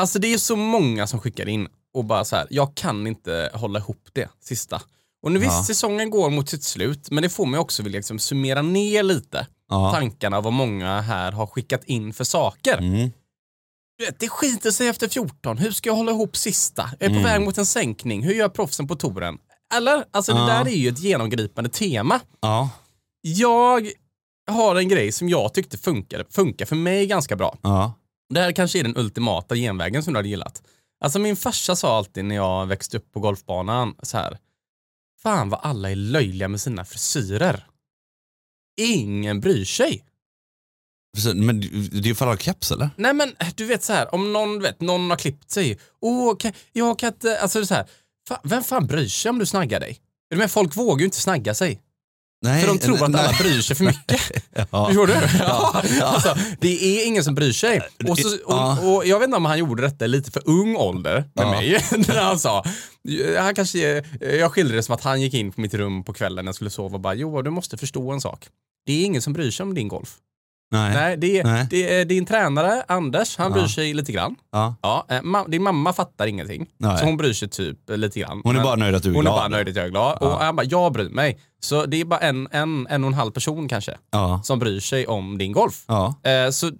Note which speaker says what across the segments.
Speaker 1: Alltså det är så många som skickar in och bara så här, jag kan inte hålla ihop det sista. Och nu visst,
Speaker 2: Ja.
Speaker 1: säsongen går mot sitt slut, men det får mig också vilja liksom summera ner lite
Speaker 2: Ja.
Speaker 1: tankarna vad många här har skickat in för saker.
Speaker 2: Mm.
Speaker 1: Du vet, det skiter sig efter 14. Hur ska jag hålla ihop sista? Jag är
Speaker 2: Mm.
Speaker 1: på väg mot en sänkning. Hur gör proffsen på touren? Eller? Alltså
Speaker 2: Ja.
Speaker 1: det där är ju ett genomgripande tema.
Speaker 2: Ja.
Speaker 1: Jag har en grej som jag tyckte funkade, funkar för mig ganska bra.
Speaker 2: Ja.
Speaker 1: Det här kanske är den ultimata genvägen som du hade gillat. Alltså min farsa sa alltid när jag växte upp på golfbanan så här. Fan vad alla är löjliga med sina frisyrer. Ingen bryr sig.
Speaker 2: Precis, Men det det är ju för att ha keps eller?
Speaker 1: Nej men eh, du vet så här, om någon, du vet, någon har klippt sig. Åh, kan, jag kan inte, alltså så här. Fan, vem fan bryr sig om du snaggar dig? Är du med? Folk vågar ju inte snagga sig.
Speaker 2: Nej.
Speaker 1: För de tror att
Speaker 2: nej.
Speaker 1: alla bryr sig för mycket.
Speaker 2: Ja.
Speaker 1: Förstår du? Ja. Alltså, det är ingen som bryr sig. Och, så,
Speaker 2: Ja.
Speaker 1: och, och jag vet inte om han gjorde detta i lite för ung ålder med
Speaker 2: Ja.
Speaker 1: mig. När han sa, han kanske, eh, jag skildrade det som att han gick in på mitt rum på kvällen när jag skulle sova och bara, Joa du måste förstå en sak. Det är ingen som bryr sig om din golf.
Speaker 2: Nej.
Speaker 1: Nej, det är,
Speaker 2: Nej.
Speaker 1: Det är din tränare Anders, han
Speaker 2: Ja.
Speaker 1: bryr sig lite grann.
Speaker 2: Ja.
Speaker 1: Ja, eh, ma- din mamma fattar ingenting.
Speaker 2: Nej.
Speaker 1: Så hon bryr sig typ eh, lite grann.
Speaker 2: Hon är
Speaker 1: Men-
Speaker 2: bara nöjd att du är
Speaker 1: hon är
Speaker 2: glad.
Speaker 1: bara nöjd att jag är glad. Och han bara, jag bryr mig. Så det är bara en, en, en och en halv person kanske
Speaker 2: Ja.
Speaker 1: som bryr sig om din golf.
Speaker 2: ja.
Speaker 1: Eh, så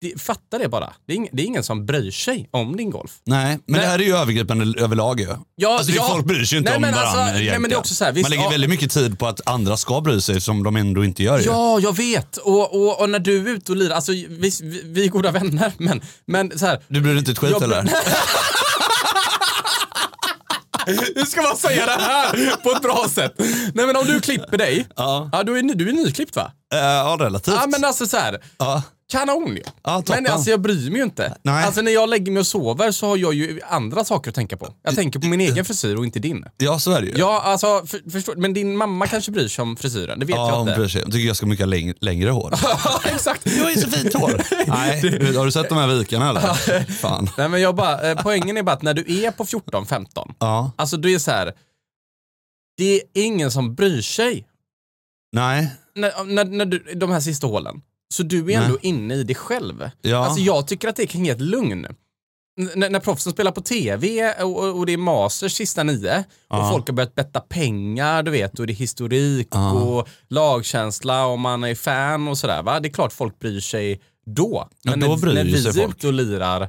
Speaker 1: det, fatta det bara. Det är, ing, det är ingen som bryr sig om din golf.
Speaker 2: Nej, men det här är ju övergripande överlag ju.
Speaker 1: Ja,
Speaker 2: alltså, det är
Speaker 1: ja.
Speaker 2: Folk bryr sig ju inte
Speaker 1: Nej,
Speaker 2: om
Speaker 1: men alltså,
Speaker 2: varandra
Speaker 1: nej, men det är
Speaker 2: egentligen.
Speaker 1: också så här, visst,
Speaker 2: Man lägger
Speaker 1: ja.
Speaker 2: väldigt mycket tid på att andra ska bry sig som de ändå inte gör ju.
Speaker 1: Ja, jag vet. Och, och, och när du är ute och lirar, alltså vi, vi, vi är goda vänner, men, men så här,
Speaker 2: Du bryr dig inte ett skit
Speaker 1: Jag bryr-
Speaker 2: eller?
Speaker 1: Hur ska man säga det här på ett bra sätt? Nej men om du klipper dig,
Speaker 2: Ja.
Speaker 1: ja, du, är, ny- du är nyklippt va?
Speaker 2: Eh, ja, relativt.
Speaker 1: Ja men alltså så här,
Speaker 2: ja.
Speaker 1: kanon ju.
Speaker 2: Ja, toppen.
Speaker 1: men alltså jag bryr mig ju inte.
Speaker 2: Nej.
Speaker 1: Alltså när jag lägger mig och sover så har jag ju andra saker att tänka på. Jag tänker på min egen frisyr och inte din.
Speaker 2: ja, så är det ju.
Speaker 1: Ja alltså, för, förstår, men din mamma kanske bryr sig om frisyren, det vet
Speaker 2: Ja,
Speaker 1: jag
Speaker 2: hon
Speaker 1: inte.
Speaker 2: bryr sig. Hon tycker jag ska ha mycket läng- längre hår.
Speaker 1: Ja, exakt.
Speaker 2: Du har ju så fint hår. Nej, du, har du sett de här vikarna eller? Fan.
Speaker 1: Nej men jag bara, eh, poängen är bara att när du är på 14-15,
Speaker 2: Ja.
Speaker 1: alltså du är så här. det är ingen som bryr sig.
Speaker 2: Nej.
Speaker 1: när, när, när du, de här sista hålen, så du är
Speaker 2: Nej.
Speaker 1: ändå inne i dig själv.
Speaker 2: Ja.
Speaker 1: Alltså jag tycker att det kan ge ett lugn. N- när- när proffsen spelar på tv och, och- och det är Masters sista nio
Speaker 2: Ja.
Speaker 1: och folk har börjat betta pengar, du vet, och det är historik
Speaker 2: Ja.
Speaker 1: och lagkänsla och man är fan och sådär va. Det är klart folk bryr sig då.
Speaker 2: Ja, då
Speaker 1: när,
Speaker 2: bryr
Speaker 1: när vi
Speaker 2: sig
Speaker 1: är
Speaker 2: folk.
Speaker 1: ute och lirar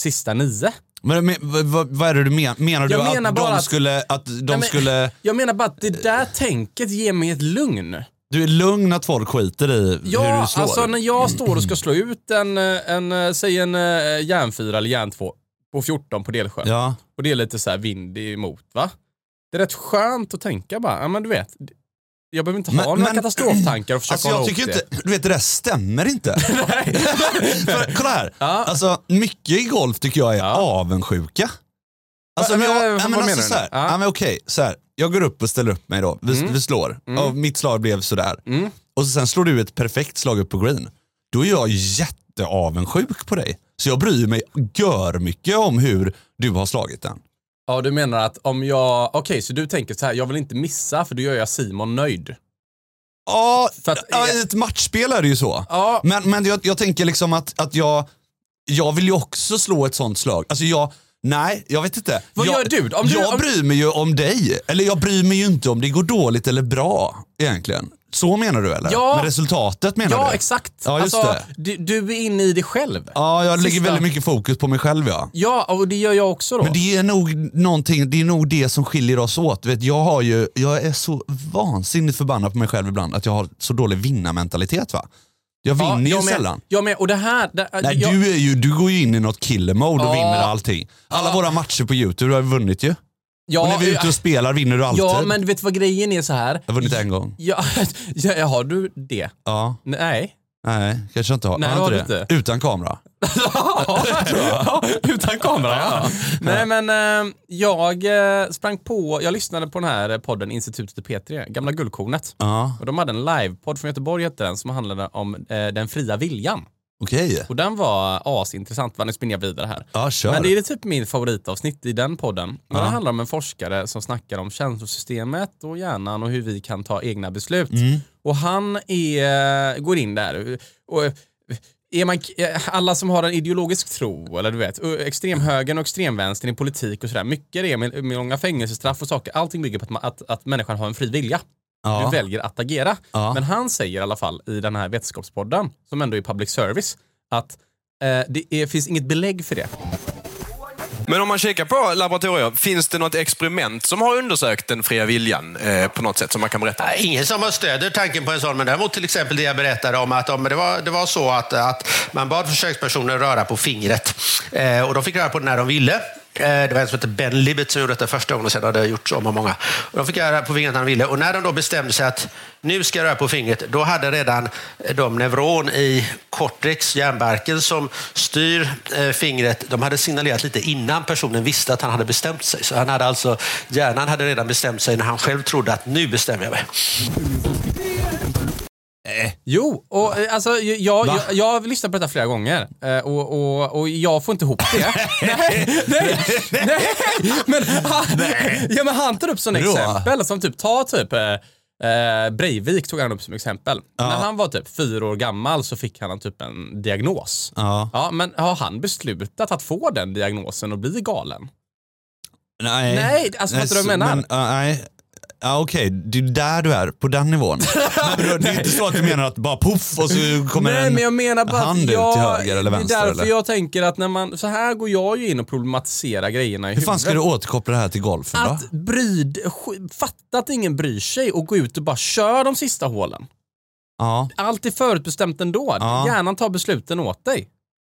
Speaker 1: sista nio.
Speaker 2: Men, men, vad- vad, vad är det du menar? Menar du
Speaker 1: Jag menar
Speaker 2: att,
Speaker 1: bara
Speaker 2: de
Speaker 1: att-
Speaker 2: skulle, att de
Speaker 1: men-
Speaker 2: skulle...
Speaker 1: Jag menar bara att
Speaker 2: Eh.
Speaker 1: det där tänket ger mig ett lugn.
Speaker 2: Du är lugn att folk skiter i hur
Speaker 1: Ja,
Speaker 2: du slår? Mm.
Speaker 1: alltså när jag står och ska slå ut en, eh, en eh, säg en eh, järn 4 eller järn 2 på 14 på Delsjö
Speaker 2: Ja.
Speaker 1: och det är lite så här vind emot va. Det är rätt skönt att tänka bara, ja men du vet, jag behöver inte ha
Speaker 2: Men-
Speaker 1: några
Speaker 2: men-
Speaker 1: katastroftankar och försöka
Speaker 2: Alltså
Speaker 1: hålla
Speaker 2: jag
Speaker 1: ihop
Speaker 2: tycker
Speaker 1: det.
Speaker 2: inte, du vet det där stämmer inte. För, kolla här,
Speaker 1: Ja.
Speaker 2: alltså mycket i golf tycker jag är
Speaker 1: Ah. Ja.
Speaker 2: avundsjuka. Alltså,
Speaker 1: Va-
Speaker 2: men
Speaker 1: va-
Speaker 2: jag,
Speaker 1: vad
Speaker 2: ja, men
Speaker 1: menar
Speaker 2: alltså
Speaker 1: du
Speaker 2: så här,
Speaker 1: nu? Ja.
Speaker 2: ja. men okej, så här, jag går upp och ställer upp mig då, vi, vi slår, och mitt slag blev sådär.
Speaker 1: Mm.
Speaker 2: Och så sen slår du ett perfekt slag upp på green. Då är jag jätteavundsjuk på dig. Så jag bryr mig gör mycket om hur du har slagit den.
Speaker 1: Ja du menar att om jag, okej så du tänker så här, jag vill inte missa för då gör jag Simon nöjd.
Speaker 2: Ja,
Speaker 1: För att-
Speaker 2: ja, i ett matchspel är det ju så.
Speaker 1: Ja,
Speaker 2: Men, men jag, jag tänker liksom att, att jag, jag vill ju också slå ett sånt slag. Alltså jag, nej, jag vet inte.
Speaker 1: Vad
Speaker 2: jag,
Speaker 1: gör du? Om du-
Speaker 2: jag
Speaker 1: om-
Speaker 2: bryr mig ju om dig. Eller jag bryr mig ju inte om det går dåligt eller bra egentligen. Så menar du eller?
Speaker 1: Ja.
Speaker 2: Med resultatet menar
Speaker 1: ja
Speaker 2: du?
Speaker 1: exakt.
Speaker 2: Ja, just
Speaker 1: alltså, Du,
Speaker 2: det.
Speaker 1: du är inne i dig själv.
Speaker 2: Ja, jag lägger
Speaker 1: Sista.
Speaker 2: väldigt mycket fokus på mig själv ja.
Speaker 1: Ja, och det gör jag också då.
Speaker 2: Men det är nog någonting, det är nog det som skiljer oss åt. Du Vet, jag, har ju, jag är så vansinnigt förbannad på mig själv ibland att jag har så dålig vinnarmentalitet va. Jag
Speaker 1: Ja,
Speaker 2: vinner
Speaker 1: jag
Speaker 2: ju
Speaker 1: med.
Speaker 2: sällan.
Speaker 1: Jag med, och det här... Det,
Speaker 2: Nej,
Speaker 1: jag,
Speaker 2: du, är ju, du går ju in i något killer-mode och
Speaker 1: Ja.
Speaker 2: vinner allting. Alla
Speaker 1: Ja.
Speaker 2: våra matcher på YouTube har vi vunnit ju.
Speaker 1: ja,
Speaker 2: och när vi är ute och spelar vinner du alltid.
Speaker 1: Ja, men vet du vad grejen är så här?
Speaker 2: Jag har vunnit en gång.
Speaker 1: Ja, ja, har du det?
Speaker 2: Ja,
Speaker 1: Nej.
Speaker 2: nej, kanske jag inte har.
Speaker 1: Nej,
Speaker 2: har jag
Speaker 1: det har du
Speaker 2: det? Utan kamera.
Speaker 1: Ja, Utan kamera, ja. Nej, men eh, jag eh, sprang på, jag lyssnade på den här podden Institutet P3, Gamla Guldkornet.
Speaker 2: Ja,
Speaker 1: Och de hade en livepodd från Göteborg, hette den, som handlade om eh, den fria viljan.
Speaker 2: okej.
Speaker 1: Och den var asintressant, va? nu spinner jag vidare här.
Speaker 2: Ja, kör.
Speaker 1: Men det är typ min favoritavsnitt i den podden. Men
Speaker 2: Ja.
Speaker 1: Det handlar om en forskare som snackar om känslosystemet och hjärnan och hur vi
Speaker 2: Mm.
Speaker 1: kan ta egna beslut. Och han är, går in där och är man, alla som har en ideologisk tro, eller du vet, extremhögern och extremvänstern i politik och sådär, mycket är med, med långa fängelsestraff och saker, allting bygger på att, man, att, att människan har en fri vilja.
Speaker 2: Ja.
Speaker 1: Du väljer att agera.
Speaker 2: Ja.
Speaker 1: Men han säger i alla fall i den här vetenskapspodden, som ändå är public service, att eh, det är, finns inget belägg för det.
Speaker 3: Men om man kikar på laboratorier, finns det något experiment som har undersökt den fria viljan eh, på något sätt som man kan berätta?
Speaker 4: Nej, Ingen som har stöder tanken på en sån, men däremot till exempel det jag berättade om att om det, var, det var så att, att man bad försökspersoner röra på fingret eh, och de fick röra på det när de ville. Eh, Det var en som hette Ben Libet som gjorde detta första gången och sedan hade gjort så många, många. Och de fick röra på fingret när de ville och när de då bestämde sig att nu ska jag röra på fingret, då hade redan de neuron i cortex, hjärnbarken, som styr eh, fingret, de hade signalerat lite innan personen visste att han hade bestämt sig. Så han hade alltså, hjärnan hade redan bestämt sig när han själv trodde att nu bestämmer jag mig.
Speaker 1: Jo, och eh, alltså, jag, jag, jag, jag har lyssnat på detta flera gånger eh, och, och, och jag får inte ihop det. nej, nej, nej. Men han, Ja, men han tar upp sådana
Speaker 2: Bra.
Speaker 1: exempel som typ, ta typ eh, eh, Breivik tog han upp som exempel. När han var typ fyra år gammal så fick han typ en diagnos.
Speaker 2: Ja.
Speaker 1: Ja, men har han beslutat att få den diagnosen och bli galen?
Speaker 2: Nej,
Speaker 1: Nej, alltså, fattar du vad jag menar?
Speaker 2: Men, ja, nej. Ja, Okej, det är där du är, på den nivån. Men bror, det är inte så att du menar att bara poff och så kommer
Speaker 1: Nej,
Speaker 2: en...
Speaker 1: men jag menar bara
Speaker 2: hand ut
Speaker 1: att
Speaker 2: till
Speaker 1: jag,
Speaker 2: höger eller vänster,
Speaker 1: Det är därför
Speaker 2: eller?
Speaker 1: jag tänker att när man, så här går jag ju in och problematiserar grejerna i
Speaker 2: Hur fan ska du
Speaker 1: huvudet.
Speaker 2: återkoppla det här till golfen då?
Speaker 1: Att bryd, sk- fatta att ingen bryr sig och gå ut och bara kör de sista hålen.
Speaker 2: Ja.
Speaker 1: Allt är förutbestämt ändå.
Speaker 2: Ja.
Speaker 1: Hjärnan tar besluten åt dig.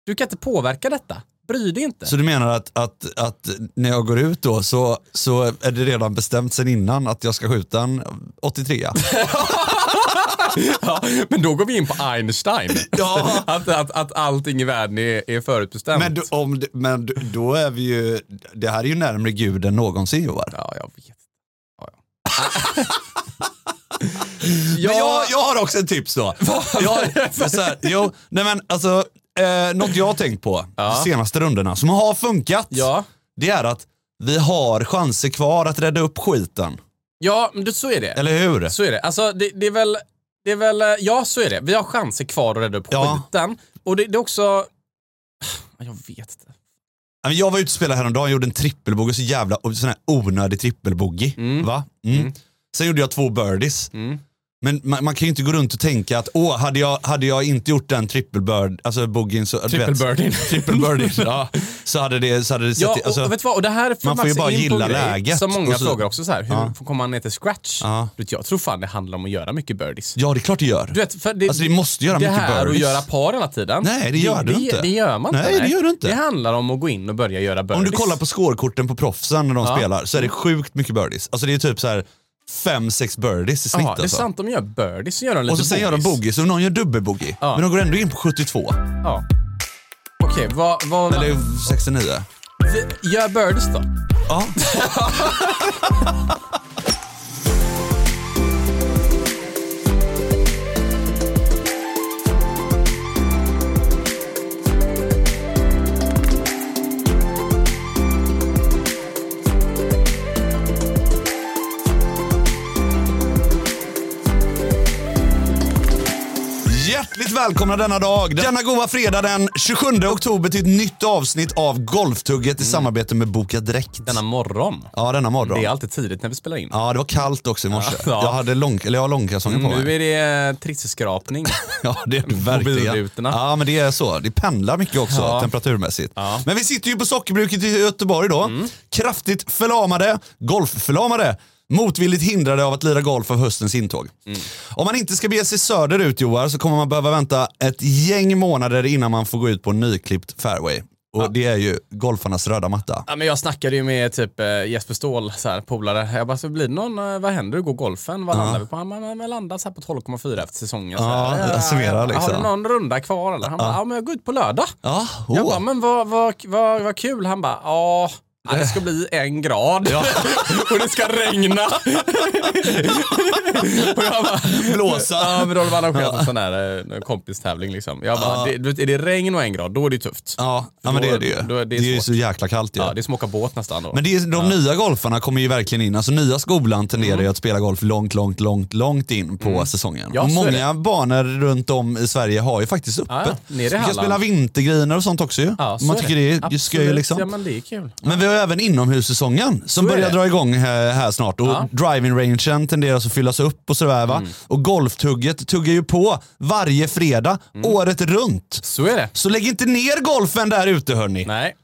Speaker 1: Du kan inte påverka detta. Bry dig inte.
Speaker 2: Så du menar att, att, att när jag går ut då så, så är det redan bestämt sen innan att jag ska skjuta en 83
Speaker 1: Ja, men då går vi in på Einstein.
Speaker 2: Ja.
Speaker 1: att, att, att allting i världen är, är förutbestämt.
Speaker 2: Men, du, om, du- men du- då är vi ju, det här är ju närmare gud än någonsin Joar.
Speaker 1: Ja, jag vet. Ja, ja.
Speaker 2: Men
Speaker 1: Ja,
Speaker 2: jag, jag har också ett tips då. Jag, men så här, jo, nej men alltså, eh, något jag har tänkt på
Speaker 1: Ja.
Speaker 2: de senaste rundorna som har funkat,
Speaker 1: ja.
Speaker 2: det är att vi har chanser kvar att rädda upp skiten.
Speaker 1: Ja, men det- så är det.
Speaker 2: Eller hur?
Speaker 1: Så är det. Alltså, det, det är väl... Det är väl... eh, Ja, så är det. Vi har chanser kvar att rädda upp
Speaker 2: Ja.
Speaker 1: skiten. Och det, det är också... Jag vet inte.
Speaker 2: Ja, men Jag var ute och spelade häromdagen och gjorde en trippelbogey, så jävla och sån här onödig trippelbogey. Va? Mm. Sen gjorde jag två birdies.
Speaker 1: Mm.
Speaker 2: Men man, man kan ju inte gå runt och tänka att åh, hade jag, hade jag inte gjort den trippelbird, alltså bogeyn så... du vet,
Speaker 1: Trippelbirdien.
Speaker 2: Trippelbirdien, ja. Så hade det, så hade det
Speaker 1: Ja,
Speaker 2: sett...
Speaker 1: och,
Speaker 2: alltså,
Speaker 1: och vet du vad? Och det här för
Speaker 2: man får ju bara gilla läget
Speaker 1: Som många
Speaker 2: och så-
Speaker 1: frågar också så här. Hur
Speaker 2: Ja.
Speaker 1: kommer man ner till scratch?
Speaker 2: Ja.
Speaker 1: Du vet, jag tror fan det handlar om att göra mycket birdies.
Speaker 2: ja, det är klart det gör.
Speaker 1: Du vet, för det,
Speaker 2: Alltså, vi måste göra
Speaker 1: det
Speaker 2: mycket
Speaker 1: här
Speaker 2: birdies.
Speaker 1: att göra par hela tiden.
Speaker 2: Nej, det gör du
Speaker 1: det,
Speaker 2: inte.
Speaker 1: Det gör man
Speaker 2: Nej,
Speaker 1: inte.
Speaker 2: det gör du inte.
Speaker 1: Det handlar om att gå in och börja göra birdies.
Speaker 2: Om du kollar på scorekorten på proffsen när de
Speaker 1: Ja.
Speaker 2: spelar så är det sjukt mycket birdies. Alltså det är typ så här fem, sex birdies i snitt.
Speaker 1: Jaha, det är
Speaker 2: alltså.
Speaker 1: sant. De gör birdies, så gör de lite
Speaker 2: Och så sen gör de
Speaker 1: bogeys.
Speaker 2: bogey, så någon gör dubbelbogey.
Speaker 1: Ja.
Speaker 2: Men de går ändå in på 72.
Speaker 1: Ja. Okej, vad... vad
Speaker 2: Eller 69.
Speaker 1: Vi- Gör birdies då.
Speaker 2: Ja. Hjärtligt välkomna denna dag, denna goda fredag den 27 oktober till ett nytt avsnitt av Golftugget i samarbete med Boka Direkt.
Speaker 1: Denna morgon.
Speaker 2: Ja, denna morgon.
Speaker 1: Det är alltid tidigt när vi spelar in.
Speaker 2: Ja, det var kallt också i morse.
Speaker 1: Ja.
Speaker 2: Jag, hade lång, eller jag har långkalsonger på
Speaker 1: Nu
Speaker 2: mig.
Speaker 1: är det eh, trisseskrapning.
Speaker 2: Ja, det är det verkligen.
Speaker 1: Mobilrutorna.
Speaker 2: Ja, men det är så. Det pendlar mycket också
Speaker 1: Ja.
Speaker 2: temperaturmässigt.
Speaker 1: Ja. Mm.
Speaker 2: Men vi sitter ju på sockerbruket i Göteborg då. Kraftigt förlamade, golfförlamade, motvilligt hindrade av att lira golf av höstens intåg.
Speaker 1: Mm.
Speaker 2: Om man inte ska bege sig söderut Joar så kommer man behöva vänta ett gäng månader innan man får gå ut på en nyklippt fairway. Och det är ju golfarnas röda matta.
Speaker 1: ja, men jag snackade ju med typ eh, Jesper Ståhl, så här, polare. Jag bara, så blir det någon, eh, vad händer? Hur går golfen? Vad landar vi på? Han bara, men man landar så här på 12,4 efter säsongen. Så här.
Speaker 2: Ja,
Speaker 1: Eh,
Speaker 2: summera liksom.
Speaker 1: Har du någon runda kvar eller? Han bara, ja men jag går ut på lördag.
Speaker 2: Ja,
Speaker 1: Jag
Speaker 2: åh.
Speaker 1: bara, men vad, vad, vad, vad kul. Han bara, ja. Ja, det ska bli en grad och det ska regna. och jag bara,
Speaker 2: Blåsa.
Speaker 1: Ja, men då har de arrangerat en sån där eh, kompistävling. Liksom. Jag bara, det, du vet, är det regn och en grad, då är det ju tufft.
Speaker 2: Ja, ja men det är det ju.
Speaker 1: Då- då är det
Speaker 2: det är ju
Speaker 1: svårt.
Speaker 2: så jäkla kallt ju.
Speaker 1: Ja, det är som att åka båt nästan. Då.
Speaker 2: Men det är, de nya golfarna kommer ju verkligen in. Alltså nya skolan tenderar ju att spela golf långt, långt, långt, långt in på säsongen.
Speaker 1: Mm. Ja,
Speaker 2: och
Speaker 1: så är
Speaker 2: många banor runt om i Sverige har ju faktiskt öppet.
Speaker 1: Ja, ja. Nere i
Speaker 2: Vi kan
Speaker 1: Halland.
Speaker 2: spela vintergriner och sånt också ju.
Speaker 1: ja, så
Speaker 2: Man tycker det är ju sköj
Speaker 1: Absolut.
Speaker 2: liksom.
Speaker 1: Ja, men det är kul.
Speaker 2: Men vi har även inomhussäsongen som
Speaker 1: Så är
Speaker 2: börjar
Speaker 1: det.
Speaker 2: dra igång här, här snart. Och
Speaker 1: Ja. Mm.
Speaker 2: driving-rangen tenderar att fyllas upp och sådär va. Och golftugget tuggar ju på varje fredag,
Speaker 1: Mm.
Speaker 2: året runt.
Speaker 1: Så är det.
Speaker 2: Så lägg inte ner golfen där ute hörni.
Speaker 1: Nej.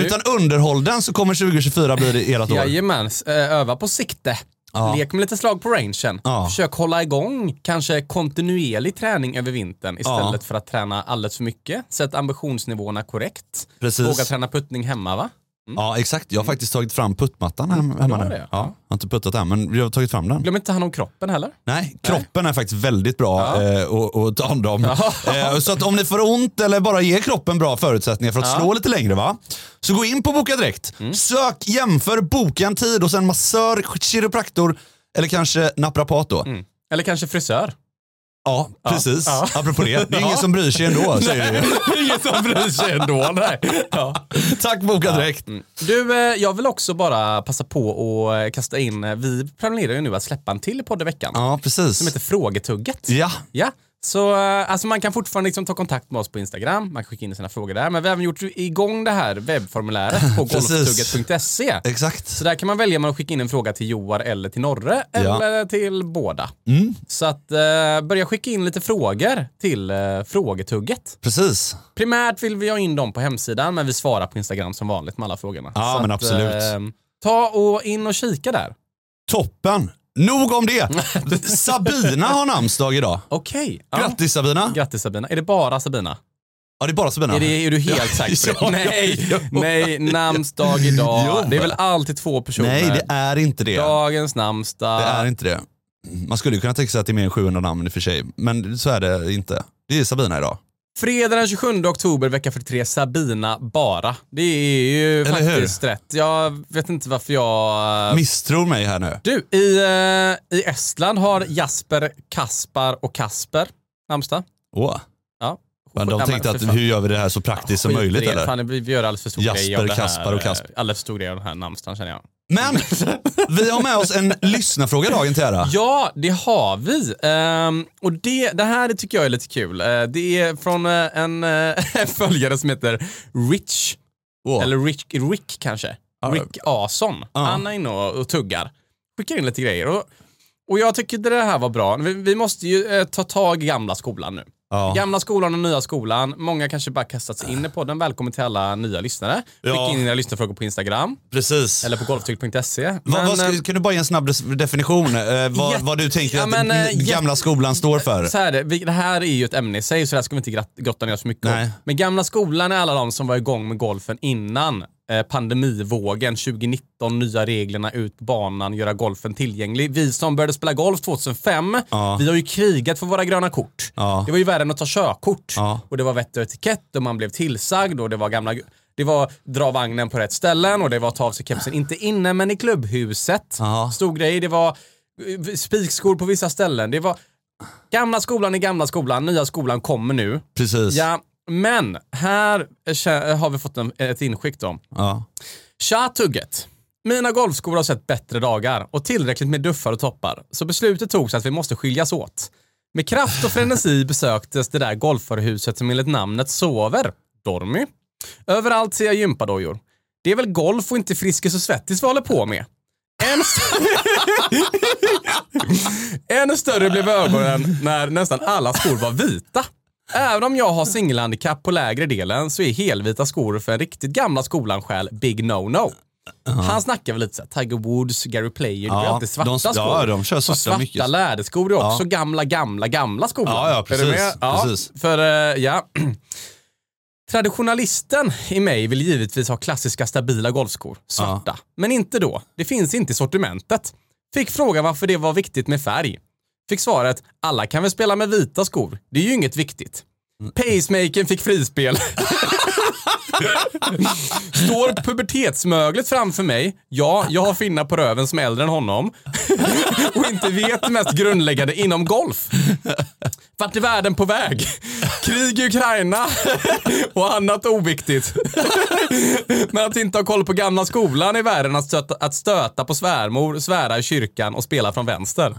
Speaker 2: Utan underhåll den så kommer 2024 bli det ert år.
Speaker 1: Jajamän, s- eh, öva på sikte.
Speaker 2: Ja.
Speaker 1: Lek med lite slag på rangen.
Speaker 2: Ja.
Speaker 1: Försök hålla igång kanske kontinuerlig träning över vintern istället för att träna alldeles för mycket. Sätt ambitionsnivåerna korrekt.
Speaker 2: Precis.
Speaker 1: Våga träna puttning hemma va?
Speaker 2: Ja exakt, jag har faktiskt tagit fram puttmattan hem- hemma
Speaker 1: Mm. bra
Speaker 2: nu.
Speaker 1: det.
Speaker 2: Ja, jag har inte puttat än men jag har tagit fram den.
Speaker 1: Glöm inte ta hand om kroppen heller.
Speaker 2: Nej, kroppen är faktiskt väldigt bra eh, att att ta hand om. Eh, så att om ni får ont eller bara ger kroppen bra förutsättningar för att slå lite längre, va? så gå in på Boka Direkt.
Speaker 1: Mm.
Speaker 2: Sök, jämför, boka en tid hos en massör, kiropraktor eller kanske naprapat då.
Speaker 1: Eller kanske frisör.
Speaker 2: Ja, precis.
Speaker 1: Mm. Ja.
Speaker 2: Apropå det, det är ingen som bryr sig ändå. Säger du.
Speaker 1: Ingen som bryr sig ändå. Nej. Ja.
Speaker 2: Tack Boka Direkt.
Speaker 1: Du, eh, jag vill också bara passa på och eh, kasta in, eh, vi planerar ju nu att släppa en till podd i veckan
Speaker 2: Ja,
Speaker 1: som
Speaker 2: precis.
Speaker 1: heter Frågetugget.
Speaker 2: Ja,
Speaker 1: Ja, så eh, alltså man kan fortfarande liksom ta kontakt med oss på Instagram, man kan skicka in sina frågor där, men vi har även gjort igång det här webbformuläret på
Speaker 2: Precis.
Speaker 1: golftugget.se.
Speaker 2: exakt.
Speaker 1: Så där kan man välja mellan att skicka in en fråga till Joar eller till Norre,
Speaker 2: Ja. Mm.
Speaker 1: eller till båda. Så att eh, börja skicka in lite frågor till eh, frågetugget.
Speaker 2: Precis.
Speaker 1: Primärt vill vi ha in dem på hemsidan, men vi svarar på Instagram som vanligt med alla frågorna.
Speaker 2: Ja,
Speaker 1: Så
Speaker 2: men
Speaker 1: att,
Speaker 2: absolut.
Speaker 1: eh, ta och in och kika där.
Speaker 2: Toppen. Nog om det. Sabina har namnsdag idag.
Speaker 1: Okej. Ja.
Speaker 2: Grattis Sabina.
Speaker 1: Grattis Sabina. Är det bara Sabina?
Speaker 2: Ja, det är bara Sabina.
Speaker 1: Är, det, är du helt säker på
Speaker 2: ja,
Speaker 1: det? Nej,
Speaker 2: ja.
Speaker 1: nej, namnsdag idag.
Speaker 2: Jo.
Speaker 1: Det är väl alltid två personer?
Speaker 2: Nej, det är inte det.
Speaker 1: Dagens
Speaker 2: Det är
Speaker 1: namnsdag.
Speaker 2: inte det. Man skulle ju kunna tänka sig att det är mer än 700 namn i och för sig, men så är det inte. Det är Sabina idag.
Speaker 1: Fredag den 27 oktober vecka 43, Sabina bara. Det är ju
Speaker 2: hur?
Speaker 1: faktiskt rätt. Jag vet inte varför jag...
Speaker 2: Misstror mig här nu.
Speaker 1: Du, i, eh, i Estland har Jasper, Kaspar och Kasper namnsdag.
Speaker 2: Åh.
Speaker 1: Ja.
Speaker 2: Men de
Speaker 1: Ja,
Speaker 2: tänkte
Speaker 1: för
Speaker 2: att
Speaker 1: fan.
Speaker 2: hur gör vi det här så praktiskt som
Speaker 1: Skit i
Speaker 2: möjligt
Speaker 1: det.
Speaker 2: eller?
Speaker 1: Fan, vi vi gör alldeles för stor grej av
Speaker 2: Jasper,
Speaker 1: det här.
Speaker 2: Kaspar och Kasper.
Speaker 1: eh, Alldeles för stor grej av den här namnsdagen känner jag.
Speaker 2: Men vi har med oss en lyssnarfråga dagen till ära.
Speaker 1: Ja, det har vi. Ehm, och det, det här tycker jag är lite kul. Eh, det är från eh, en, eh, en följare som heter Rich,
Speaker 2: Åh.
Speaker 1: eller Rick, Rick kanske. Rick Ason. Han är inne och, och tuggar. Skickar in lite grejer. Och, och jag tycker det här var bra. Vi, vi måste ju eh, ta tag i gamla skolan nu.
Speaker 2: Ja.
Speaker 1: Gamla skolan och nya skolan. Många kanske bara kastat sig in i podden. Välkommen till alla nya lyssnare. Skicka
Speaker 2: Ja.
Speaker 1: in era lyssnarfrågor på Instagram
Speaker 2: Precis.
Speaker 1: eller på golftugg.se.
Speaker 2: Vad-
Speaker 1: Men,
Speaker 2: vad
Speaker 1: eh,
Speaker 2: ska, kan du bara ge en snabb des- definition? Eh, vad,
Speaker 1: Jätte-
Speaker 2: vad du tänker
Speaker 1: Ja, men, eh,
Speaker 2: att den gamla skolan står för?
Speaker 1: Så här, är det. Vi- det här är ju ett ämne i sig, så det här ska vi inte grat- grotta ner oss för mycket
Speaker 2: Nej.
Speaker 1: om. Men gamla skolan är alla de som var igång med golfen innan eh, pandemivågen 2019, nya reglerna ut på banan, göra golfen tillgänglig. Vi som började spela golf 2005,
Speaker 2: Ja.
Speaker 1: vi har ju krigat för våra gröna kort.
Speaker 2: Ja.
Speaker 1: Det var ju värre än att ta körkort.
Speaker 2: Ja.
Speaker 1: Och det var vett och etikett och man blev tillsagd och det var gamla det var dra vagnen på rätt ställen och det var ta av sig kepsen, inte inne men i klubbhuset.
Speaker 2: Ja.
Speaker 1: Stor grej. Det var eh, spikskor på vissa ställen. Det var Gamla skolan är gamla skolan, nya skolan kommer nu.
Speaker 2: Precis.
Speaker 1: Ja, men här eh, kä- har vi fått en, ett inskick då.
Speaker 2: Ja.
Speaker 1: Tja tugget! Mina golfskor har sett bättre dagar och tillräckligt med duffar och toppar, så beslutet togs att vi måste skiljas åt. Med kraft och frenesi besöktes det där golförhuset som enligt namnet sover, Dormy. Överallt ser jag gympadojor. Det är väl golf och inte Friskis och Svettis vi håller på med. En, st- Ännu större blev ögonen när nästan alla skor var vita. Även om jag har singelhandikapp på lägre delen så är helvita skor för en riktigt gamla skolan själ big no-no. Han snackar väl lite såhär, Tiger Woods, Gary Player, det är
Speaker 2: Ja,
Speaker 1: alltid svarta
Speaker 2: de-
Speaker 1: skor.
Speaker 2: ja, de kör
Speaker 1: Så
Speaker 2: svarta
Speaker 1: svarta
Speaker 2: mycket.
Speaker 1: läderskor är också gamla, gamla, gamla skor.
Speaker 2: Ja, ja,
Speaker 1: Är du
Speaker 2: precis,
Speaker 1: med? Ja,
Speaker 2: precis.
Speaker 1: För, eh, ja. Traditionalisten i mig vill givetvis ha klassiska stabila golfskor, svarta. Men inte då. Det finns inte i sortimentet. Fick frågan varför det var viktigt med färg. Fick svaret, alla kan väl spela med vita skor. Det är ju inget viktigt.
Speaker 2: Mm.
Speaker 1: Pacemakern fick frispel. Står pubertetsmöglet framför mig. Ja, jag har finnar på röven som är äldre än honom. Och inte vet det mest grundläggande inom golf. Vart är världen på väg? Krig i Ukraina och annat oviktigt. Men att inte ha koll på gamla skolan är värre än att stöta, att stöta på svärmor, svära i kyrkan och spela från vänster.